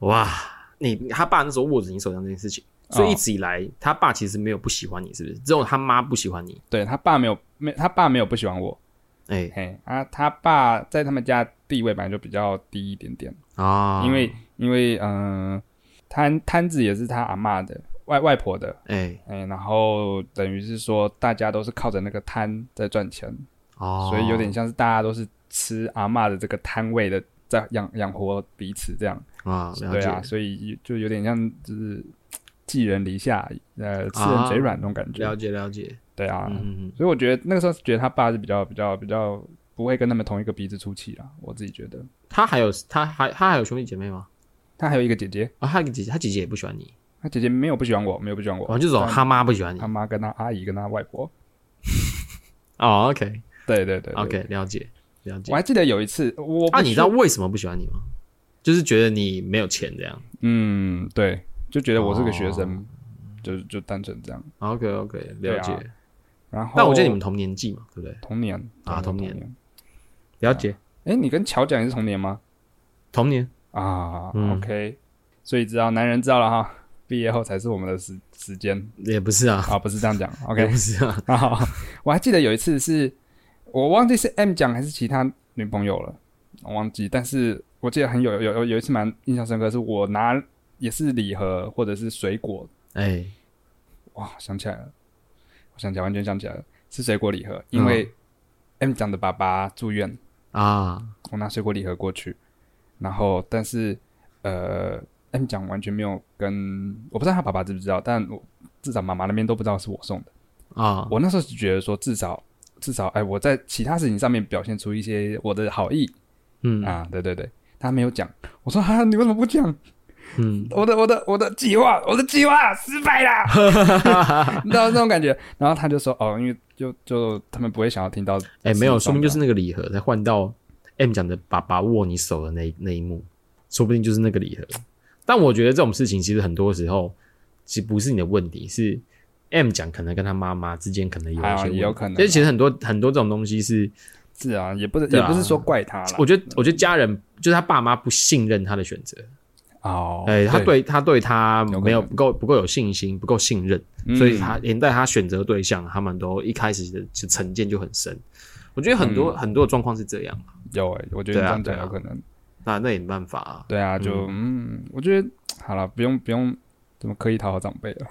Speaker 2: 哇！你他爸那时候握着你手上这件事情，
Speaker 1: 哦
Speaker 2: 所以一直以来他爸其实没有不喜欢你，是不是？只有他妈不喜欢你。
Speaker 1: 对他爸没有没他爸没有不喜欢我，
Speaker 2: 哎
Speaker 1: 嘿啊，他爸在他们家地位本来就比较低一点点，
Speaker 2: 啊，
Speaker 1: 因为因为嗯、呃摊摊子也是他阿嬷的外外婆的，
Speaker 2: 哎
Speaker 1: 哎、然后等于是说大家都是靠着那个摊在赚钱，
Speaker 2: 哦，
Speaker 1: 所以有点像是大家都是吃阿嬷的这个摊位的在养养活彼此这样，
Speaker 2: 啊，了
Speaker 1: 对啊，
Speaker 2: 解
Speaker 1: 所以就有点像就是寄人篱下，呃，吃人嘴软那种感觉，
Speaker 2: 啊了解了解，
Speaker 1: 对啊，
Speaker 2: 嗯，
Speaker 1: 所以我觉得那个时候觉得他爸是比较比较比较不会跟他们同一个鼻子出气啦，我自己觉得。
Speaker 2: 他还有他还他还有兄弟姐妹吗？
Speaker 1: 他还有一个姐姐，
Speaker 2: 啊，他有个姐姐他姐姐也不喜欢你，
Speaker 1: 他姐姐没有不喜欢我，没有不喜欢我，
Speaker 2: 哦，就是说
Speaker 1: 但
Speaker 2: 他妈不喜欢你
Speaker 1: 他。妈跟他阿姨跟他外婆。
Speaker 2: 哦，OK，
Speaker 1: 对对对对
Speaker 2: OK，了解了解
Speaker 1: 我。还记得有一次，我不
Speaker 2: 啊，你
Speaker 1: 是
Speaker 2: 知道为什么不喜欢你吗？就是觉得你没有钱这样。
Speaker 1: 嗯，对，就觉得我是个学
Speaker 2: 哦
Speaker 1: 生，就就单纯这样。
Speaker 2: OK OK，
Speaker 1: 对
Speaker 2: 了
Speaker 1: 啊
Speaker 2: 解。
Speaker 1: 然后，
Speaker 2: 但我记得你们同年纪嘛，对不对？
Speaker 1: 同年
Speaker 2: 啊
Speaker 1: 同
Speaker 2: 同
Speaker 1: 年。
Speaker 2: 了解，
Speaker 1: 哎，你跟乔讲也是同年吗？
Speaker 2: 同年
Speaker 1: 啊
Speaker 2: 嗯
Speaker 1: ，OK，所以知道男人知道了哈，毕业后才是我们的时时间
Speaker 2: 也不是啊
Speaker 1: 啊，不是这样讲，OK
Speaker 2: 也。不 是啊。
Speaker 1: 啊，我还记得有一次是，我忘记是 M 讲还是其他女朋友了，我忘记，但是我记得很有有有有一次蛮印象深刻，是我拿也是礼盒或者是水果，
Speaker 2: 哎，
Speaker 1: 哇，想起来了，我想起来完全想起来了，是水果礼盒，因
Speaker 2: 嗯
Speaker 1: 为 M 长的爸爸住院，
Speaker 2: 啊，
Speaker 1: 我拿水果礼盒过去，然后但是呃，M 讲完全没有跟我不知道他爸爸知不知道，但我至少妈妈那边都不知道是我送的。
Speaker 2: 啊，
Speaker 1: 我那时候是觉得说至少至少哎，我在其他事情上面表现出一些我的好意、
Speaker 2: 嗯
Speaker 1: 啊，对对对，他没有讲，我说哈、啊，你为什么不讲？
Speaker 2: 嗯，
Speaker 1: 我的我的我的计划，我的计划失败 啦，你知道那种感觉。然后他就说哦，因为就就他们不会想要听到，
Speaker 2: 哎，没有，
Speaker 1: 啊
Speaker 2: 说明就是那个礼盒，再换到 M 讲的爸爸握你手的那一那一幕，说不定就是那个礼盒。但我觉得这种事情其实很多时候其实不是你的问题，是 M 讲可能跟他妈妈之间可能有一
Speaker 1: 哎呀
Speaker 2: 些问题，
Speaker 1: 也有可能啊
Speaker 2: 但是其实很多很多这种东西是，
Speaker 1: 是啊，也不是、
Speaker 2: 对啊
Speaker 1: 也不是说怪他啦。
Speaker 2: 我觉得我觉得家人就是他爸妈不信任他的选择，
Speaker 1: 哦，
Speaker 2: 哎，他对他对他
Speaker 1: 有可
Speaker 2: 没有
Speaker 1: 能
Speaker 2: 不够不够有信心，不够信任。
Speaker 1: 嗯
Speaker 2: 所以他连带他选择对象，他们都一开始的就成见就很深。我觉得很
Speaker 1: 嗯
Speaker 2: 多、很多状况是这样，
Speaker 1: 有哎、我觉得你这
Speaker 2: 对啊
Speaker 1: 样讲
Speaker 2: 对啊
Speaker 1: 有可能。
Speaker 2: 那那也没办法啊。
Speaker 1: 对啊，就嗯我觉得好了，不用不用怎么刻意讨好长 辈了。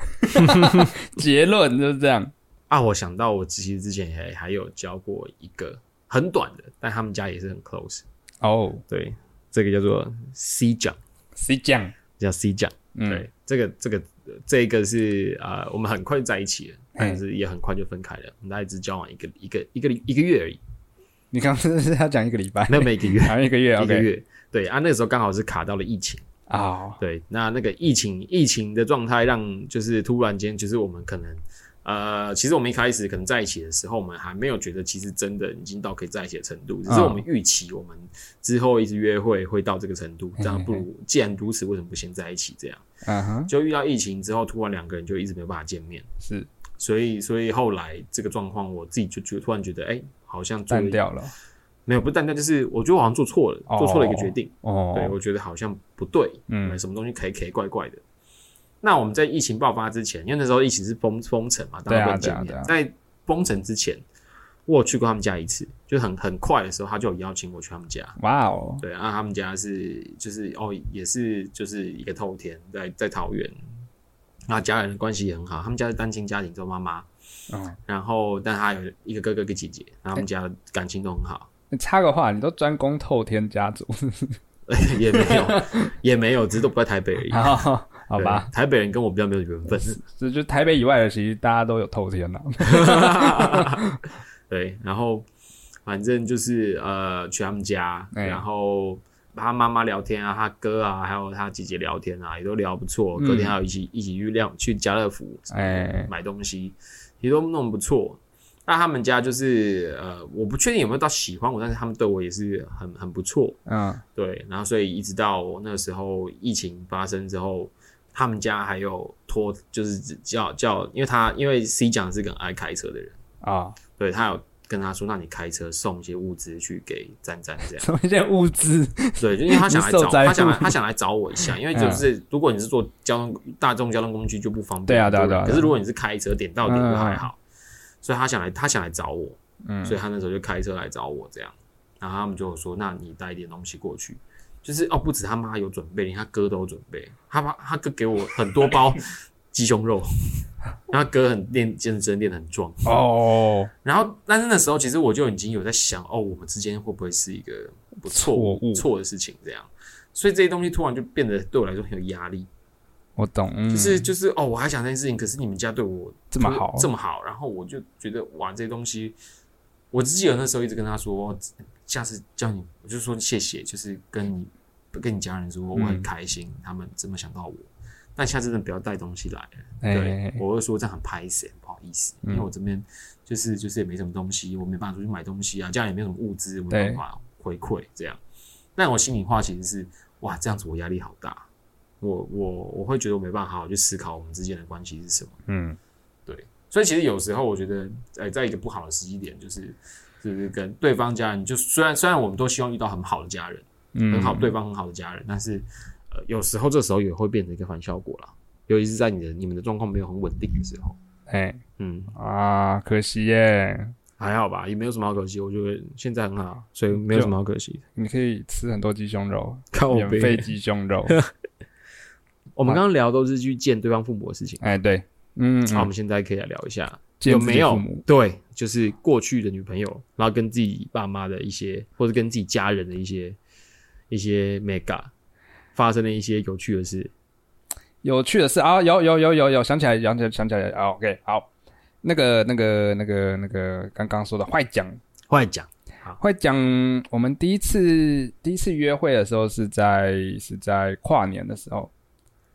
Speaker 1: 结论就是这样。
Speaker 2: 啊，我想到我其实之前也还有教过一个很短的，但他们家也是很 close。
Speaker 1: 哦
Speaker 2: 对，这个叫做 C 奖，
Speaker 1: ，C 酱，
Speaker 2: 叫 C 奖。
Speaker 1: 嗯，
Speaker 2: 对，这个这个这个是啊、呃我们很快就在一起了，但是也很快就分开了。我们大概只交往一个一个一个一个月而已，
Speaker 1: 你刚刚 是要讲一个礼拜，
Speaker 2: 没有没有一个 月，
Speaker 1: 讲一个月
Speaker 2: 一个
Speaker 1: ，OK，
Speaker 2: 月。对啊，那个时候刚好是卡到了疫情。
Speaker 1: 哦，
Speaker 2: 对，那那个疫情疫情的状态，让就是突然间，就是我们可能呃，其实我们一开始可能在一起的时候，我们还没有觉得其实真的已经到可以在一起的程度，只是
Speaker 1: 嗯
Speaker 2: 我们预期我们之后一直约会会到这个程度，这样不如既然如此，为什么不先在一起？这样
Speaker 1: 嗯哼，
Speaker 2: 就遇到疫情之后，突然两个人就一直没有办法见面，
Speaker 1: 是
Speaker 2: 所以所以后来这个状况，我自己就觉突然觉得，哎、好像做
Speaker 1: 淡掉了，
Speaker 2: 没有不淡掉，就是我觉得我好像做错了，做错了一个决定。
Speaker 1: 哦，
Speaker 2: 对，我觉得好像不对，
Speaker 1: 嗯
Speaker 2: 嗯，什么东西可以可以怪怪的。那我们在疫情爆发之前，因为那时候疫情是封封城嘛，大家不能
Speaker 1: 对啊对啊
Speaker 2: 见
Speaker 1: 对啊
Speaker 2: 面。在封城之前，我有去过他们家一次，就很很快的时候，他就有邀请我去他们家。
Speaker 1: 哇哦，
Speaker 2: 对啊，他们家是就是哦，也是就是一个透天，在在桃园，那家人的关系也很好，他们家是单亲家庭，只有妈妈，
Speaker 1: 嗯，哎
Speaker 2: 然后但他有一个哥哥一个姐姐，然后他们家感情都很好。
Speaker 1: 你插个话，你都专攻透天家族，
Speaker 2: 也没有， 也没有，只是都不在台北而已。
Speaker 1: 好好
Speaker 2: 对
Speaker 1: 吧，，
Speaker 2: 台北人跟我比较没有缘分。
Speaker 1: 这就台北以外的，其实大家都有透天 啦，
Speaker 2: 对，然后反正就是呃去他们家，
Speaker 1: 哎
Speaker 2: 然后他妈妈聊天啊，他哥啊，还有他姐姐聊天啊，也都聊得不错。
Speaker 1: 嗯
Speaker 2: 隔天还有一起一起去亮去家乐福
Speaker 1: 哎
Speaker 2: 买东西，也都弄得不错。那他们家就是呃，我不确定有没有到喜欢我，但是他们对我也是很很不错。
Speaker 1: 嗯，
Speaker 2: 对，然后所以一直到那个时候疫情发生之后，他们家还有拖，就是叫叫，因为他因为 C 讲是个很爱开车的人，
Speaker 1: 啊，
Speaker 2: 对他有跟他说，那你开车送一些物资去给詹詹 这样，
Speaker 1: 什么一些物资，
Speaker 2: 对，就因为他想来找
Speaker 1: 你受灾户嗯
Speaker 2: 他想来他想来找我一下，因为就是如果你是坐交通大众交通工具就不方便，
Speaker 1: 对啊对啊
Speaker 2: 很多人
Speaker 1: 对啊对啊
Speaker 2: 可是如果你是开车点到点就还好，所以他想来他想来找我，
Speaker 1: 嗯
Speaker 2: 所以他那时候就开车来找我这样，然后他们就有说，那你带一点东西过去。就是哦，不止他妈有准备，连他哥都有准备。他妈他哥给我很多包鸡胸肉， 然后他哥很练健身，练得很壮。
Speaker 1: 哦，
Speaker 2: 然后，但是那时候其实我就已经有在想，哦，我们之间会不会是一个不错
Speaker 1: 错误
Speaker 2: 错的事情这样？所以这些东西突然就变得对我来说很有压力，
Speaker 1: 我懂，嗯
Speaker 2: 就是就是哦，我还想这件事情，可是你们家对我
Speaker 1: 这么好
Speaker 2: 这么好，然后我就觉得哇，这些东西，我自己有那时候一直跟他说，哦下次叫你，我就说谢谢，就是跟你跟你家人说我
Speaker 1: 嗯
Speaker 2: 很开心，他们这么想到我，但下次真的不要带东西来了。对
Speaker 1: 哎，，
Speaker 2: 我会说这样很拍谁，不好意思，因为我这边就是就是也没什么东西，我没办法出去买东西啊，家里也没有什么物资，我没办法回馈这样。但我心里话其实是，哇，这样子我压力好大，我我我会觉得我没办法好好去思考我们之间的关系是什么。
Speaker 1: 嗯，
Speaker 2: 所以其实有时候我觉得，哎、在一个不好的时机点，就是就是跟对方家人，就虽然虽然我们都希望遇到很好的家人，
Speaker 1: 嗯
Speaker 2: 很好，对方很好的家人，但是呃，有时候这时候也会变成一个反效果啦。尤其是在你的你们的状况没有很稳定的时候，
Speaker 1: 哎
Speaker 2: 嗯，
Speaker 1: 啊，可惜耶，
Speaker 2: 还好吧，也没有什么好可惜。我觉得现在很好，所以没有什么好可惜的。
Speaker 1: 你可以吃很多鸡胸肉，
Speaker 2: 靠
Speaker 1: 嗯啊免
Speaker 2: 背
Speaker 1: 费鸡胸 肉。
Speaker 2: 我们刚刚聊都是去见对方父母的事情，
Speaker 1: 哎，对，嗯，
Speaker 2: 那、我们现在可以来聊一下
Speaker 1: 见
Speaker 2: 有
Speaker 1: 自己
Speaker 2: 没有
Speaker 1: 父母
Speaker 2: 对，就是过去的女朋友，然后跟自己爸妈的一些，或者跟自己家人的一些一些 mega 发生了一些有趣的事。
Speaker 1: 有趣的是啊，有有有有有，想起来，想起来，想起来啊，OK，好，那个那个那个那个，刚刚说的坏讲
Speaker 2: 快讲，
Speaker 1: 坏讲，我们第一次第一次约会的时候是在是在跨年的时候，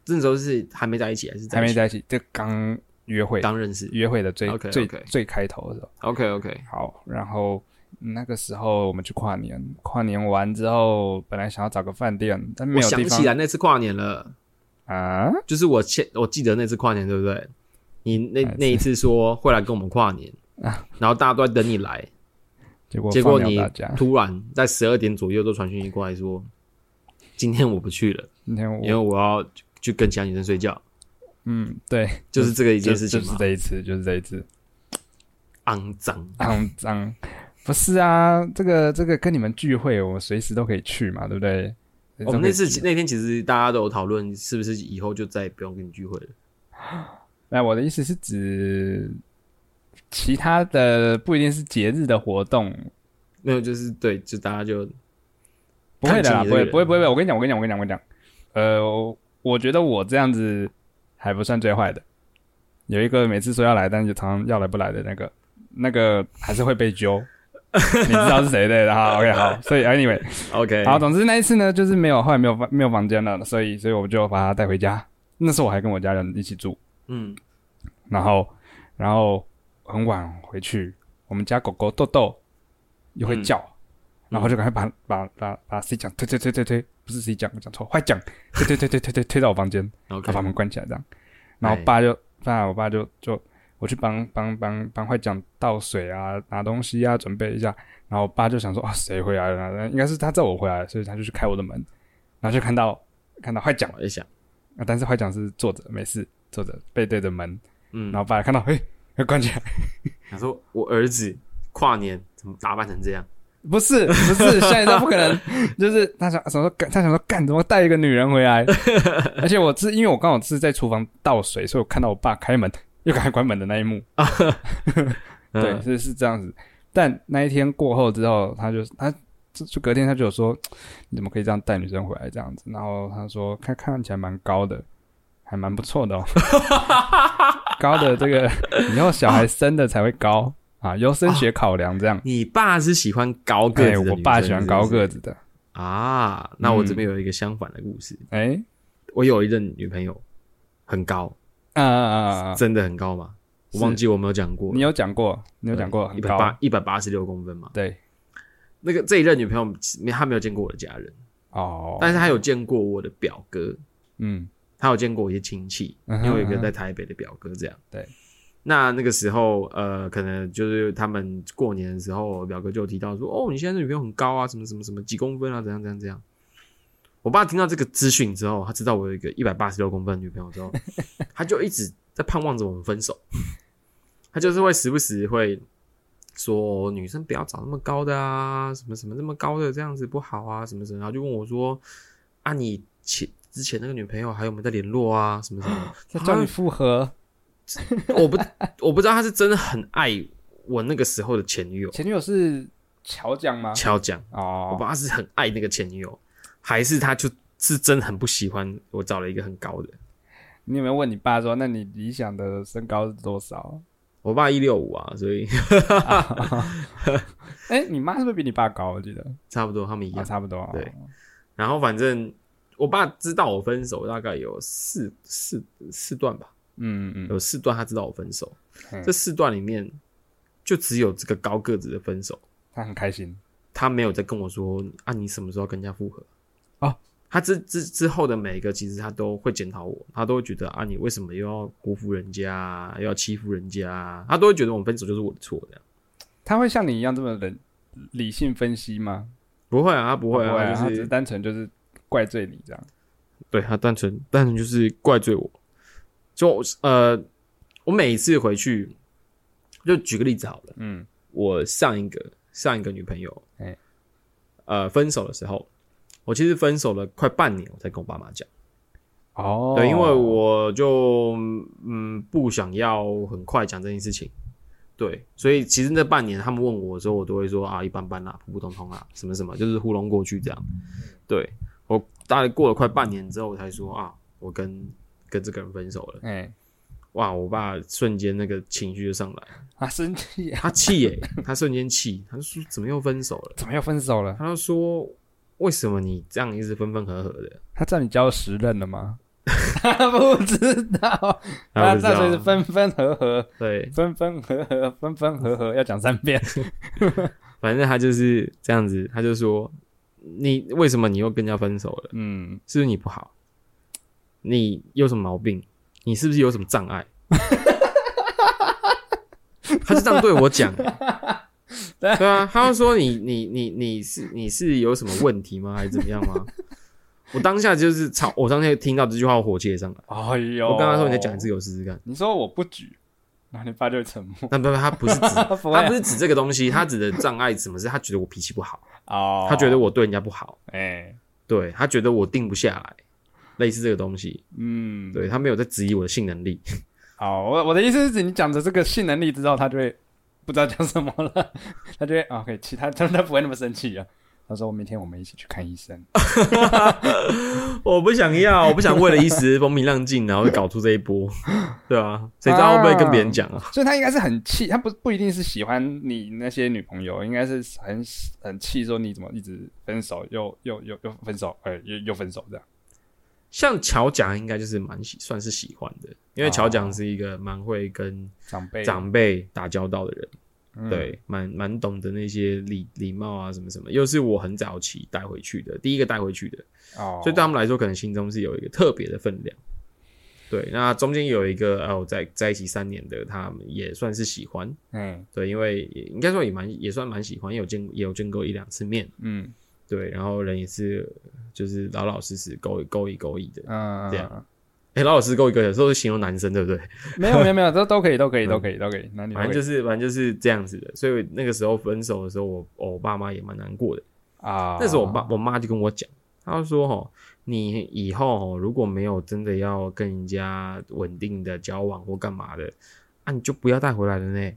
Speaker 2: 那时候是还没在一起，还是在
Speaker 1: 还
Speaker 2: 一
Speaker 1: 没
Speaker 2: 起
Speaker 1: 在一起，就刚约会，
Speaker 2: 刚认识
Speaker 1: 约会的最
Speaker 2: OK，
Speaker 1: 最
Speaker 2: OK
Speaker 1: 最开头的时候。
Speaker 2: ？OK OK，
Speaker 1: 好，然后那个时候我们去跨年，跨年完之后，本来想要找个饭店，但没
Speaker 2: 我
Speaker 1: 有
Speaker 2: 想
Speaker 1: 地方
Speaker 2: 起来那次跨年了，
Speaker 1: 啊。
Speaker 2: 就是我前我记得那次跨年，对不对？你
Speaker 1: 哪
Speaker 2: 那
Speaker 1: 一次
Speaker 2: 那一次说会来跟我们跨年，然后大家都在等你来，
Speaker 1: 结果
Speaker 2: 结
Speaker 1: 放
Speaker 2: 果
Speaker 1: 鸟
Speaker 2: 你
Speaker 1: 大家，
Speaker 2: 突然在十二点左右都传讯息过来说，今天我不去了，
Speaker 1: 今天
Speaker 2: 因为
Speaker 1: 我
Speaker 2: 我要去跟其他女生睡觉，
Speaker 1: 嗯，对，
Speaker 2: 就是这个一
Speaker 1: 一
Speaker 2: 件事情
Speaker 1: 就是
Speaker 2: 嘛，
Speaker 1: 这一次，就是这一次，
Speaker 2: 肮脏。
Speaker 1: 肮脏。不是啊，这个这个跟你们聚会，我随时都可以去嘛，对不对？
Speaker 2: 我哦们那次
Speaker 1: 随时都可以去
Speaker 2: 那天其实大家都有讨论，是不是以后就再也不用跟你聚会了？
Speaker 1: 哎，我的意思是指其他的不一定是节日的活动，
Speaker 2: 没有，就是对，就大家就
Speaker 1: 不会的啦，
Speaker 2: 看清你
Speaker 1: 不
Speaker 2: 这个
Speaker 1: 会，
Speaker 2: 人
Speaker 1: 不会，不会，不会我跟你讲，我跟你讲，我跟你讲，我跟你讲，呃，我我觉得我这样子还不算最坏的。有一个每次说要来，但是就常常要来不来的那个，那个还是会被 揪。你知道是谁对的哈？OK，好，所以 anyway，
Speaker 2: OK。
Speaker 1: 好，总之那一次呢，就是没有，后来没有房没有房间了，所以所以我就把他带回家。那时候我还跟我家人一起住，
Speaker 2: 嗯，
Speaker 1: 然后然后很晚回去，我们家狗狗豆豆又会叫，然后就赶快把把把把 C 讲推推推推推，不是 C 讲，我讲错，坏讲，推推推推推推推到我房间，
Speaker 2: 然后
Speaker 1: 然后把门关起来这样。然后我爸就爸，我爸就就我去帮帮帮帮坏讲倒水啊，拿东西啊，准备一下。然后我爸就想说啊，谁回来了呢？应该是他知道我回来了，所以他就去开我的门，然后就看到看到坏讲
Speaker 2: 我在想，
Speaker 1: 啊，但是坏讲是坐着没事，坐着背对着门，
Speaker 2: 嗯，
Speaker 1: 然后爸看到，嘿，要关起来，
Speaker 2: 想说我儿子跨年怎么打扮成这样？
Speaker 1: 不是不是，下一站不可能，就是他想什么时候干，他想说干，怎么带一个女人回来？而且我是因为我刚好是在厨房倒水，所以我看到我爸开门 又赶快关门的那一幕，对，
Speaker 2: 嗯，
Speaker 1: 是是这样子。但那一天过后之后，他就他就就隔天他就有说，你怎么可以这样带女生回来这样子？然后他说，看看起来蛮高的，还蛮不错的哦，高的这个以后小孩生的才会高啊，由升学考量这样。
Speaker 2: 你爸是喜欢高个
Speaker 1: 对，
Speaker 2: 子的女生
Speaker 1: 哎我爸喜欢高
Speaker 2: 是
Speaker 1: 个子的。
Speaker 2: 不是啊。那我这边有一个相反的故事，
Speaker 1: 哎，
Speaker 2: 我有一任女朋友很高，
Speaker 1: 啊啊啊啊！
Speaker 2: 真的很高吗？我忘记我没有讲过
Speaker 1: 你，有讲过，你有讲过很
Speaker 2: 一百
Speaker 1: 高，
Speaker 2: 八一百八十六公分嘛。
Speaker 1: 对，
Speaker 2: 那个这一任女朋友，她没有见过我的家人，
Speaker 1: 哦，
Speaker 2: 但是啊她有见过我的表哥，
Speaker 1: 嗯
Speaker 2: 她有见过我一些亲戚，
Speaker 1: 嗯哼
Speaker 2: 因为有一个在台北的表哥这样。
Speaker 1: 对，
Speaker 2: 那那个时候，呃，可能就是他们过年的时候，我表哥就有提到说，哦，你现在的女朋友很高啊，什么什么什么几公分啊，怎样怎样怎样。我爸听到这个资讯之后，他知道我有一个一百八十六公分的女朋友之后，他就一直在盼望着我们分手。 他就是会时不时会说女生不要找那么高的啊，什么什么那么高的这样子不好啊，什么什么，然后就问我说啊，你前之前那个女朋友还有没有在联络啊，什么什么，
Speaker 1: 在叫你复合，
Speaker 2: 我不我不知道他是真的很爱我那个时候的前女友
Speaker 1: 前女友是乔讲吗？
Speaker 2: 乔讲，我不
Speaker 1: 啊哦
Speaker 2: 知，道他是很爱那个前女友，还是他就是真的很不喜欢我找了一个很高的。
Speaker 1: 你有没有问你爸说，那你理想的身高是多少？
Speaker 2: 我爸一六五啊，所以
Speaker 1: 哎，你妈是不是比你爸高？我记得
Speaker 2: 差不多他们一
Speaker 1: 啊，
Speaker 2: 样。
Speaker 1: 差不多。
Speaker 2: 对，然后反正我爸知道我分手，大概有四四四段吧，
Speaker 1: 嗯嗯嗯，
Speaker 2: 有四段他知道我分手。
Speaker 1: 嗯
Speaker 2: 这四段里面，就只有这个高个子的分手，
Speaker 1: 他很开心。
Speaker 2: 他没有再跟我说啊，你什么时候跟人家复合？
Speaker 1: 哦，
Speaker 2: 他之之之后的每一个，其实他都会检讨我，他都会觉得啊，你为什么又要辜负人家，又要欺负人家？他都会觉得我们分手就是我的错的。
Speaker 1: 他会像你一样这么冷理性分析吗？
Speaker 2: 不会啊，他不
Speaker 1: 不
Speaker 2: 会啊，
Speaker 1: 会，
Speaker 2: 他
Speaker 1: 他
Speaker 2: 就
Speaker 1: 只
Speaker 2: 是
Speaker 1: 是单纯就是怪罪你这样。
Speaker 2: 对他单纯单纯就是怪罪我，就呃，我每一次回去，就举个例子好了，
Speaker 1: 嗯，
Speaker 2: 我上一个上一个女朋友，
Speaker 1: 哎
Speaker 2: 呃，分手的时候，我其实分手了快半年，我才跟我爸妈讲。
Speaker 1: 哦，
Speaker 2: 对，因为我就嗯不想要很快讲这件事情，对，所以其实那半年他们问我的时候，我都会说啊一般般啦，普普通通啦，什么什么，就是糊弄过去这样。对我大概过了快半年之后，我才说啊，我跟跟这个人分手了。
Speaker 1: 哎、
Speaker 2: 哇，我爸瞬间那个情绪就上来，
Speaker 1: 啊，生气 啊，
Speaker 2: 他气耶、他瞬间气，他就说怎么又分手了？
Speaker 1: 怎么又分手了？
Speaker 2: 他就说为什么你这样一直分分合合的？
Speaker 1: 他叫你交十任了吗？他 不知道，
Speaker 2: 他
Speaker 1: 他
Speaker 2: 不知道
Speaker 1: 那所以是分分合合，
Speaker 2: 对，
Speaker 1: 分分合合，分分合合，要讲三 遍。
Speaker 2: 反正他就是这样子，他就说你为什么你又跟人家分手了？
Speaker 1: 嗯，
Speaker 2: 是不是你不好？你有什么毛病？你是不是有什么障 碍？他就这样对 我讲、对啊，他就说你你你你是你是有什么问题吗？还是怎么样吗？我当下就是操，我当下听到这句话，我火气也上来。
Speaker 1: 哎呦，
Speaker 2: 我跟他说，你再讲一次，给我试试看。
Speaker 1: 你说我不举，然后你爸就会沉默。
Speaker 2: 但不不，他不是指
Speaker 1: 他 不会啊
Speaker 2: 他不是指这个东西，他指的障碍什么是？他觉得我脾气不好，
Speaker 1: 哦，
Speaker 2: 他觉得我对人家不好，
Speaker 1: 哎、
Speaker 2: 对他觉得我定不下来，类似这个东西。
Speaker 1: 嗯，
Speaker 2: 对他没有在质疑我的性能力。
Speaker 1: 好，我我的意思是指你讲的这个性能力之后，他就会不知道讲什么了， 他就会啊 OK，其他他他不会那么生气啊。他说明天我们一起去看医生。
Speaker 2: 我不想要，我不想为了一时风平浪静，然后搞出这一波，对啊，谁知道会不会跟别人讲啊？
Speaker 1: 所以他应该是很气，他不不一定是喜欢你那些女朋友，应该是很很气，说你怎么一直分手，又又又又分手，哎、又又分手这样。
Speaker 2: 像乔讲应该就是蛮喜，算是喜欢的，因为
Speaker 1: 哦
Speaker 2: 乔讲是一个蛮会跟
Speaker 1: 长辈
Speaker 2: 长辈打交道的人，
Speaker 1: 嗯
Speaker 2: 对，蛮蛮懂得那些礼礼貌啊什么什么，又是我很早期带回去的，第一个带回去的，
Speaker 1: 哦，
Speaker 2: 所以对他们来说，可能心中是有一个特别的分量。对，那中间有一个哦，在在一起三年的，他们也算是喜欢，
Speaker 1: 嗯
Speaker 2: 对，因为也应该说也蛮也算蛮喜欢，也有见也有见过一两次面，
Speaker 1: 嗯
Speaker 2: 对，然后人也是就是老老实实勾一勾一勾一的，
Speaker 1: 嗯，
Speaker 2: 这样哎、老老实实勾一勾一，有时候是形容男生对不对？
Speaker 1: 没有没有没有，都都可以都 可以都可以都可以，那你
Speaker 2: 嗯反正就是是反正就是这样子的，所以那个时候分手的时候，我我爸妈也蛮难过的。
Speaker 1: 啊，
Speaker 2: 那时候我爸我妈就跟我讲，她就说哦，你以后哦如果没有真的要跟人家稳定的交往或干嘛的，啊你就不要带回来了呢。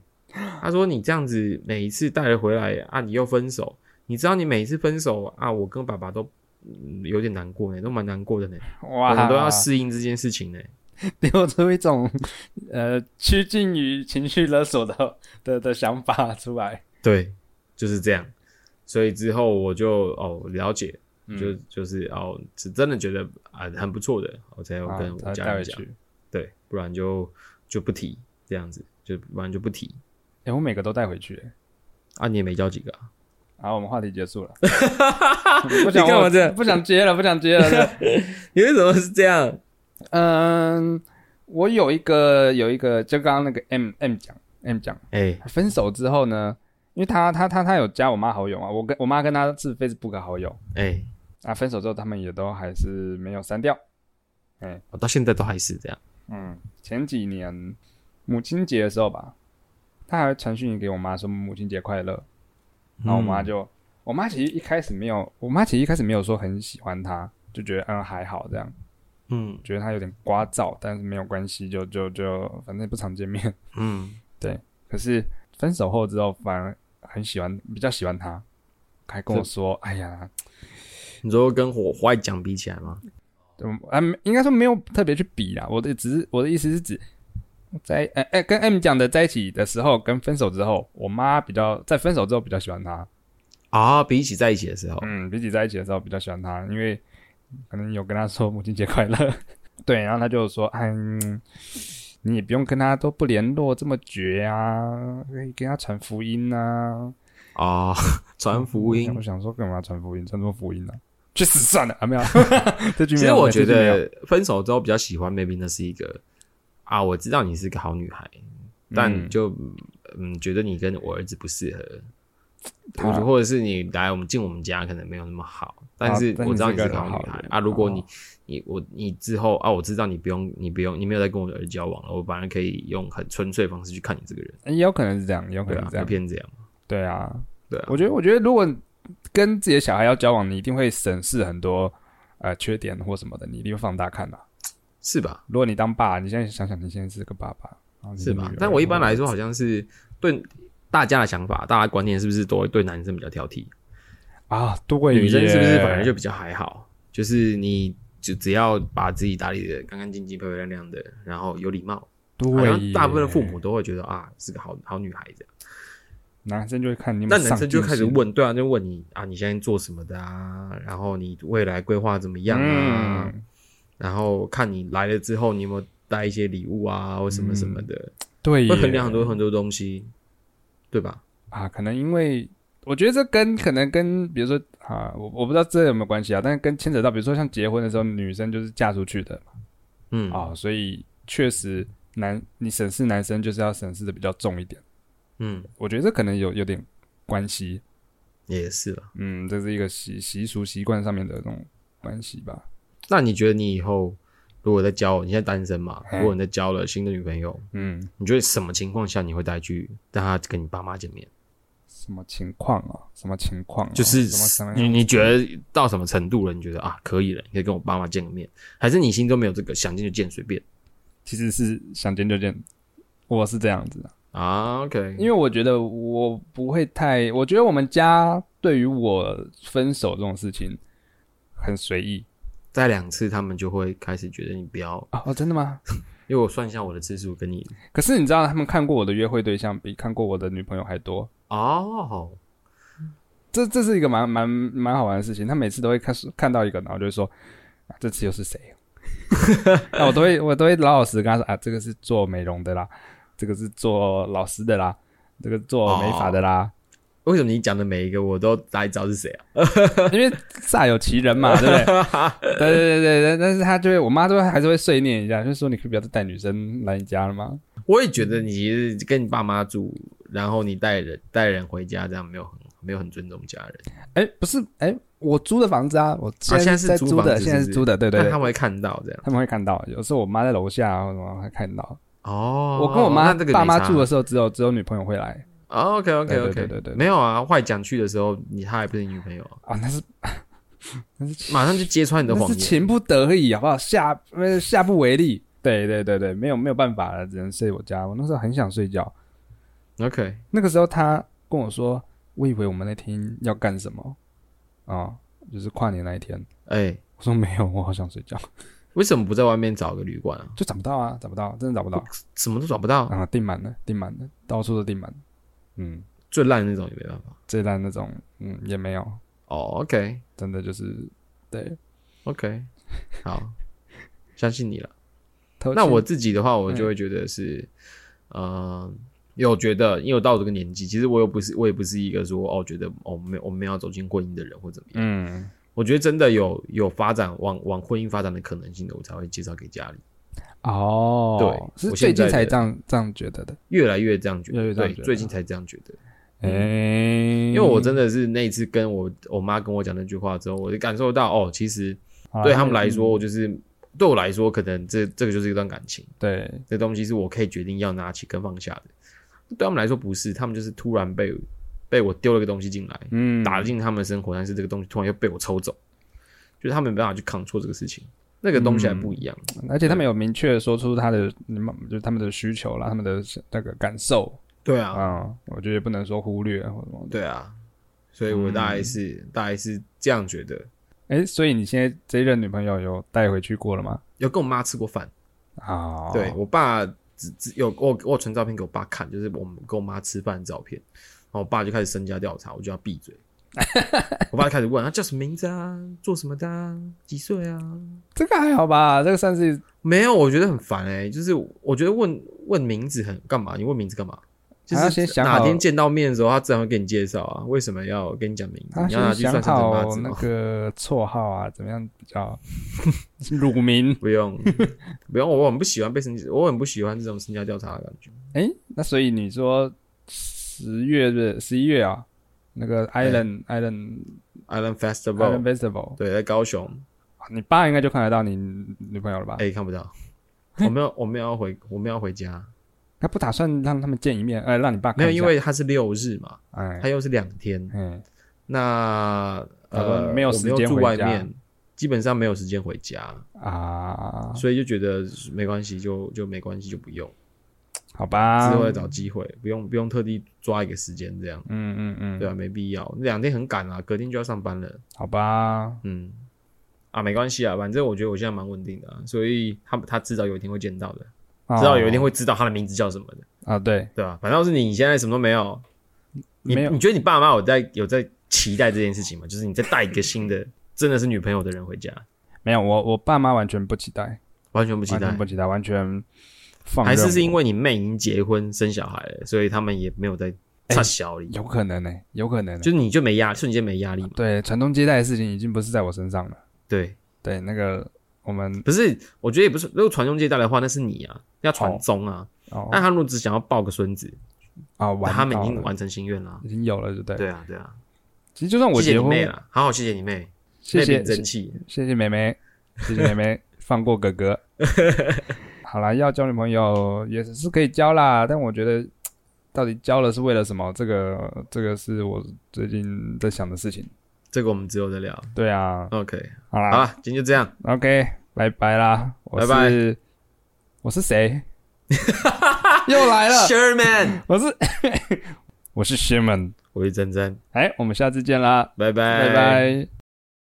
Speaker 2: 她说你这样子每一次带了回来啊，你又分手，你知道你每一次分手啊，我跟爸爸都。嗯有点难过呢，都蛮难过的呢，我
Speaker 1: 哇
Speaker 2: 们都要适应这件事情呢。
Speaker 1: 丢出一种呃趋近于情绪勒索的的的想法出来，
Speaker 2: 对，就是这样。所以之后我就哦了解，
Speaker 1: 嗯
Speaker 2: 就就是哦，是真的觉得啊、很不错的，我才要
Speaker 1: 啊
Speaker 2: 跟我
Speaker 1: 才
Speaker 2: 家
Speaker 1: 带
Speaker 2: 人
Speaker 1: 回
Speaker 2: 讲。
Speaker 1: 去。
Speaker 2: 对，不然就就不提这样子，就不然就不提
Speaker 1: 哎，我每个都带回去，哎
Speaker 2: 啊。你也没交几个、啊，
Speaker 1: 好，我们话题结 束了。不想
Speaker 2: 你干嘛这样
Speaker 1: 不想接了，不想接了。 对
Speaker 2: 你为什么是这样？
Speaker 1: 嗯，我有一个有一个，就刚刚那个 M M 讲 M 讲
Speaker 2: 哎、
Speaker 1: 分手之后呢，因为他他他他有加我妈好友嘛，我跟我妈跟他是 Facebook 好友
Speaker 2: 哎、
Speaker 1: 啊，分手之后他们也都还是没有删掉。
Speaker 2: 我到现在都还是这样。
Speaker 1: 嗯，前几年母亲节的时候吧，他还会传讯息给我妈说母亲节快乐，然后我妈
Speaker 2: 嗯
Speaker 1: 就，我妈其实一开始没有，我妈其实一开始没有说很喜欢他，就觉得嗯还好这样，
Speaker 2: 嗯
Speaker 1: 觉得他有点聒噪，但是没有关系，就就就反正也不常见面。
Speaker 2: 嗯，
Speaker 1: 可是分手后之后，反而很喜欢，比较喜欢他，还跟我说，哎呀，
Speaker 2: 你说跟火坏讲比起来吗？
Speaker 1: 嗯啊，应该说没有特别去比啦，我的只是我的意思是指。在呃哎、跟 M 讲的在一起的时候，跟分手之后，我妈比较在分手之后比较喜欢他，
Speaker 2: 啊，比起在一起的时候，
Speaker 1: 嗯，比起在一起的时候比较喜欢他，因为可能有跟他说母亲节快乐， 对，然后他就说，哎，嗯你也不用跟他都不联络这么绝啊，可以给他传福音啊，
Speaker 2: 啊，传福音
Speaker 1: 我。想说干嘛传福音，传什么福音呢、去死算了啊！没有， 这句没
Speaker 2: 其实
Speaker 1: 有。
Speaker 2: 我觉
Speaker 1: 这句没有，
Speaker 2: 得分手之后比较喜欢，maybe 那是一个啊，我知道你是个好女孩，但
Speaker 1: 嗯
Speaker 2: 就嗯，觉得你跟我儿子不适合。
Speaker 1: 他
Speaker 2: 或者或者是你来我们进我们家可能没有那么好，但是
Speaker 1: 但
Speaker 2: 我知道
Speaker 1: 你
Speaker 2: 你
Speaker 1: 是
Speaker 2: 是
Speaker 1: 个
Speaker 2: 个好
Speaker 1: 好
Speaker 2: 女孩
Speaker 1: 人
Speaker 2: 啊。如果你
Speaker 1: 哦
Speaker 2: 你我你之后啊，我知道你不用你不用你没有在跟我的儿子交往了，我反而可以用很纯粹的方式去看你这个人，
Speaker 1: 也有可能是这样，也有可
Speaker 2: 对
Speaker 1: 能是，
Speaker 2: 啊
Speaker 1: 这
Speaker 2: 就
Speaker 1: 样。
Speaker 2: 偏这样。
Speaker 1: 对啊，
Speaker 2: 对啊
Speaker 1: 我觉得，我觉得如果跟自己的小孩要交往，你一定会审视很多呃缺点或什么的，你一定会放大看的、啊
Speaker 2: 是吧？
Speaker 1: 如果你当爸，你现在想想，你现在是个爸爸，然后你
Speaker 2: 是吧
Speaker 1: 女儿？
Speaker 2: 但我一般来说，好像是对大家的想法、大家观念是不是都会对男生比较挑剔？
Speaker 1: 啊，对耶，
Speaker 2: 女生是不是反而就比较还好？就是你就只要把自己打理的干干净净、漂漂亮亮的，然后有礼貌，好像
Speaker 1: 对耶？
Speaker 2: 大部分的父母都会觉得啊是个好好女孩子。啊
Speaker 1: 男生就会看你有没
Speaker 2: 那
Speaker 1: 有
Speaker 2: 男生就开
Speaker 1: 嗯上
Speaker 2: 始
Speaker 1: 进心，
Speaker 2: 问，对啊，就问你啊，你现在做什么的啊？然后你未来规划怎么样啊？
Speaker 1: 嗯，
Speaker 2: 然后看你来了之后，你有没有带一些礼物啊，或什么什么的，
Speaker 1: 嗯对耶，
Speaker 2: 会衡量很多很多东西，对吧？
Speaker 1: 啊，可能因为我觉得这跟可能跟比如说啊，我我不知道这有没有关系啊，但是跟牵扯到比如说像结婚的时候，女生就是嫁出去的
Speaker 2: 嗯，
Speaker 1: 啊，所以确实男你审视男生就是要审视的比较重一点，
Speaker 2: 嗯，
Speaker 1: 我觉得这可能有有点关系，
Speaker 2: 也是了。
Speaker 1: 嗯，这是一个习习俗习惯上面的那种关系吧。
Speaker 2: 那你觉得你以后如果在交，你现在单身嘛？
Speaker 1: 嗯
Speaker 2: 如果你在交了新的女朋友，
Speaker 1: 嗯，
Speaker 2: 你觉得什么情况下你会带去带她跟你爸妈见面？
Speaker 1: 什么情况啊？什么情况啊、
Speaker 2: 就是
Speaker 1: 哦什么什么
Speaker 2: 你你觉得到什么程度了？你觉得啊可以了，你可以跟我爸妈见个面，还是你心中没有这个想见就见随便
Speaker 1: 其实是想见就见，我是这样子的，
Speaker 2: 啊？OK，
Speaker 1: 因为我觉得我不会太，我觉得我们家对于我分手这种事情很随意
Speaker 2: 再两次他们就会开始觉得你不要，
Speaker 1: 啊、哦，真的吗？
Speaker 2: 因为我算一下我的次数跟你
Speaker 1: 可是你知道，他们看过我的约会对象比看过我的女朋友还多，
Speaker 2: 哦，
Speaker 1: 这这是一个蛮蛮蛮好玩的事情。他每次都会看看到一个，然后就会说、啊这次又是谁？ 那我都会我都会老老实实跟他说啊，这个是做美容的啦，这个是做老师的啦，这个做美发的啦。
Speaker 2: 为什么你讲的每一个我都大概知道是谁啊？
Speaker 1: 因为煞有其人 嘛，对不对？对对对对对，但是他就会，我妈都会还是会碎念一下，就说你可以不要再带女生来你家了吗？
Speaker 2: 我也觉得你其实跟你爸妈住，然后你带人带人回家，这样没有很没有很尊重家人。
Speaker 1: 哎，不是，哎，我租的房子啊，我现
Speaker 2: 现在
Speaker 1: 在
Speaker 2: 是
Speaker 1: 在
Speaker 2: 租
Speaker 1: 租
Speaker 2: 房
Speaker 1: 的，
Speaker 2: 子
Speaker 1: 现在
Speaker 2: 是
Speaker 1: 是
Speaker 2: 不是
Speaker 1: 租的，对对
Speaker 2: 但
Speaker 1: 对
Speaker 2: 他，们会看到这样。
Speaker 1: 他们会看到，有时候我妈在楼下啊或什么会看到。
Speaker 2: 哦，
Speaker 1: 我跟我妈
Speaker 2: 那这个
Speaker 1: 爸妈住的时候，只有只有女朋友会来
Speaker 2: OK OK
Speaker 1: 对
Speaker 2: OK，
Speaker 1: 对对对对
Speaker 2: 啊没有啊，坏讲去的时候，你她还不是你女朋友啊，
Speaker 1: 啊，那是
Speaker 2: 马上就揭穿你的
Speaker 1: 那
Speaker 2: 谎
Speaker 1: 是
Speaker 2: 言。
Speaker 1: 情不得已，好不好？下呃下不为例。对对对对，没有没有办法了，只能睡我家。我那时候很想睡觉，
Speaker 2: OK，
Speaker 1: 那个时候他跟我说，我以为我们那天要干什么啊、就是跨年那一天。
Speaker 2: 哎、
Speaker 1: 我说没有，我好想睡觉，
Speaker 2: 为什么不在外面找个旅馆啊？
Speaker 1: 就找不到啊，找不到，真的找不到
Speaker 2: 什么都找不到，
Speaker 1: 啊，订满了，订满了，到处都订满。嗯，
Speaker 2: 最烂的那种也没办法。
Speaker 1: 这单那种，嗯，也没有，
Speaker 2: 哦，OK，OK、
Speaker 1: 真的就是对。
Speaker 2: OK，好，相信你了。
Speaker 1: 偷
Speaker 2: 那
Speaker 1: 窃
Speaker 2: 我自己的话，我
Speaker 1: 嗯
Speaker 2: 就会觉得是，呃，因为我觉得，因为我到这个年纪，其实我又不是，我也不是一个说哦，觉得哦，没有，我没有要走进婚姻的人或怎么样。
Speaker 1: 嗯
Speaker 2: 我觉得真的有有发展往往婚姻发展的可能性的，我才会介绍给家里。
Speaker 1: 哦，
Speaker 2: 对
Speaker 1: 是
Speaker 2: 我
Speaker 1: 最
Speaker 2: 现在
Speaker 1: 近
Speaker 2: 的
Speaker 1: 才这样这样觉得的。
Speaker 2: 越来越这样觉
Speaker 1: 越
Speaker 2: 得，嗯
Speaker 1: 来越这样
Speaker 2: 对，
Speaker 1: 觉得
Speaker 2: 最近才这样觉得。
Speaker 1: 哎、
Speaker 2: 因为我真的是那一次跟我我妈跟我讲那句话之后，我就感受到哦，其实
Speaker 1: 好啦
Speaker 2: 对他们来，
Speaker 1: 嗯
Speaker 2: 说，就是对我来说，可能这这个就是一段感情，
Speaker 1: 对
Speaker 2: 这东西是我可以决定要拿起跟放下的。对他们来说不是，他们就是突然被被我丢了个东西进来，
Speaker 1: 嗯
Speaker 2: 打进他们的生活，但是这个东西突然又被我抽走，就是他们没办法去 control 这个事情，那个东西还不一样。
Speaker 1: 而且他们有明确说出他的，你们就是他们的需求啦，他们的那个感受，
Speaker 2: 对啊，
Speaker 1: 啊，我觉得也不能说忽略或什么的。
Speaker 2: 对啊，所以我大概是、大概是这样觉得。
Speaker 1: 哎，所以你现在这一任女朋友有带回去过了吗？
Speaker 2: 有跟我妈吃过饭，
Speaker 1: 啊，
Speaker 2: 对我爸只只有我我有传照片给我爸看，就是我们跟我妈吃饭的照片，然后我爸就开始身家调查，我就要闭 嘴。我爸就开始问他叫什么名字啊，做什么的、啊，几岁啊？
Speaker 1: 这个还好吧，这个算是
Speaker 2: 没有，我觉得很烦哎、就是我觉得问问名字很干嘛？你问名字干嘛？就
Speaker 1: 还要
Speaker 2: 是
Speaker 1: 先想好
Speaker 2: 哪天见到面的时候，他自然会给你介绍啊。为什么要跟你讲名字？
Speaker 1: 他
Speaker 2: 你要拿
Speaker 1: 先
Speaker 2: 去算
Speaker 1: 想
Speaker 2: 生辰八
Speaker 1: 好
Speaker 2: 字哦
Speaker 1: 那
Speaker 2: 吗？
Speaker 1: 个绰号啊，怎么样比较 乳名？
Speaker 2: 不用，不用，我很不喜欢被身，我很不喜欢这种身家调查的感觉。
Speaker 1: 哎，那所以你说十月的十一月啊，那个 Island Island
Speaker 2: Island
Speaker 1: Island
Speaker 2: Festival，
Speaker 1: Festival，
Speaker 2: 对，在高雄，
Speaker 1: 你爸应该就看得到你女朋友了吧？
Speaker 2: 哎、看不到，我们要，我们要回，我们要回家，
Speaker 1: 他不打算让他们见一面，呃，让你爸看
Speaker 2: 没有，
Speaker 1: 一下
Speaker 2: 因为它是六日嘛，
Speaker 1: 哎
Speaker 2: 它又是两天，
Speaker 1: 嗯
Speaker 2: 那
Speaker 1: 他说
Speaker 2: 呃
Speaker 1: 没有
Speaker 2: 我
Speaker 1: 时
Speaker 2: 们又
Speaker 1: 间
Speaker 2: 住
Speaker 1: 回
Speaker 2: 外
Speaker 1: 家
Speaker 2: 面，基本上没有时间回家，
Speaker 1: 啊，
Speaker 2: 所以就觉得没关系，就就没关系，就不用，
Speaker 1: 好吧
Speaker 2: 之，后再找机会，不用不用特地抓一个时间这样，
Speaker 1: 嗯嗯嗯，
Speaker 2: 对啊，没必要，那两天很赶啊，隔天就要上班了，
Speaker 1: 好吧，
Speaker 2: 嗯，啊，没关系啊，反正我觉得我现在蛮稳定的、啊，所以他他迟早有一天会见到的，
Speaker 1: 知
Speaker 2: 迟早有一天会知道他的名字叫什么的，
Speaker 1: 啊，对，
Speaker 2: 对吧、反倒是你现在什么都没有，你
Speaker 1: 没有
Speaker 2: 你觉得你爸妈有在有在期待这件事情吗？就是你在带一个新的真的是女朋友的人回家，
Speaker 1: 没有，我我爸妈完全不期待，
Speaker 2: 完全不期
Speaker 1: 完
Speaker 2: 待
Speaker 1: 全不，期待，完全放
Speaker 2: 还是
Speaker 1: 任
Speaker 2: 是因
Speaker 1: 我
Speaker 2: 为你妹已经结婚生小孩了，所以他们也没有在
Speaker 1: 哎
Speaker 2: 差小里，
Speaker 1: 有可能呢，有可能欸，
Speaker 2: 就是你就没压，瞬间没压力嘛？
Speaker 1: 对传宗接代的事情已经不是在我身上了，
Speaker 2: 对，
Speaker 1: 对，那个我们
Speaker 2: 不是，我觉得也不是，如果传宗接代的话，那是你啊，要传宗啊。
Speaker 1: 哦
Speaker 2: 那他如果只想要抱个孙子，
Speaker 1: 啊，完
Speaker 2: 他们已
Speaker 1: 到
Speaker 2: 经
Speaker 1: 了
Speaker 2: 完成心愿了。
Speaker 1: 已经有了，对不对？
Speaker 2: 对啊，对啊，
Speaker 1: 其实就算我
Speaker 2: 谢谢
Speaker 1: 结
Speaker 2: 你
Speaker 1: 婚，
Speaker 2: 妹了，好好谢谢你妹，
Speaker 1: 谢
Speaker 2: 妹
Speaker 1: 谢
Speaker 2: 很争气。
Speaker 1: 谢谢妹妹，谢谢妹妹放过哥哥。好啦，要交女朋友也是可以交啦，但我觉得到底交了是为了什么？这个这个是我最近在想的事情。
Speaker 2: 这个我们之后再聊。
Speaker 1: 对啊，
Speaker 2: OK，
Speaker 1: 好
Speaker 2: 好
Speaker 1: 啦
Speaker 2: 了，今天就这样，
Speaker 1: o k 拜拜啦，我是
Speaker 2: 拜
Speaker 1: 我是谁？ 又来了，
Speaker 2: ，Sherman，
Speaker 1: 我是 我是 Sherman。
Speaker 2: 我是珍珍，
Speaker 1: 哎，我们下次见啦，
Speaker 2: 拜拜，
Speaker 1: 拜。拜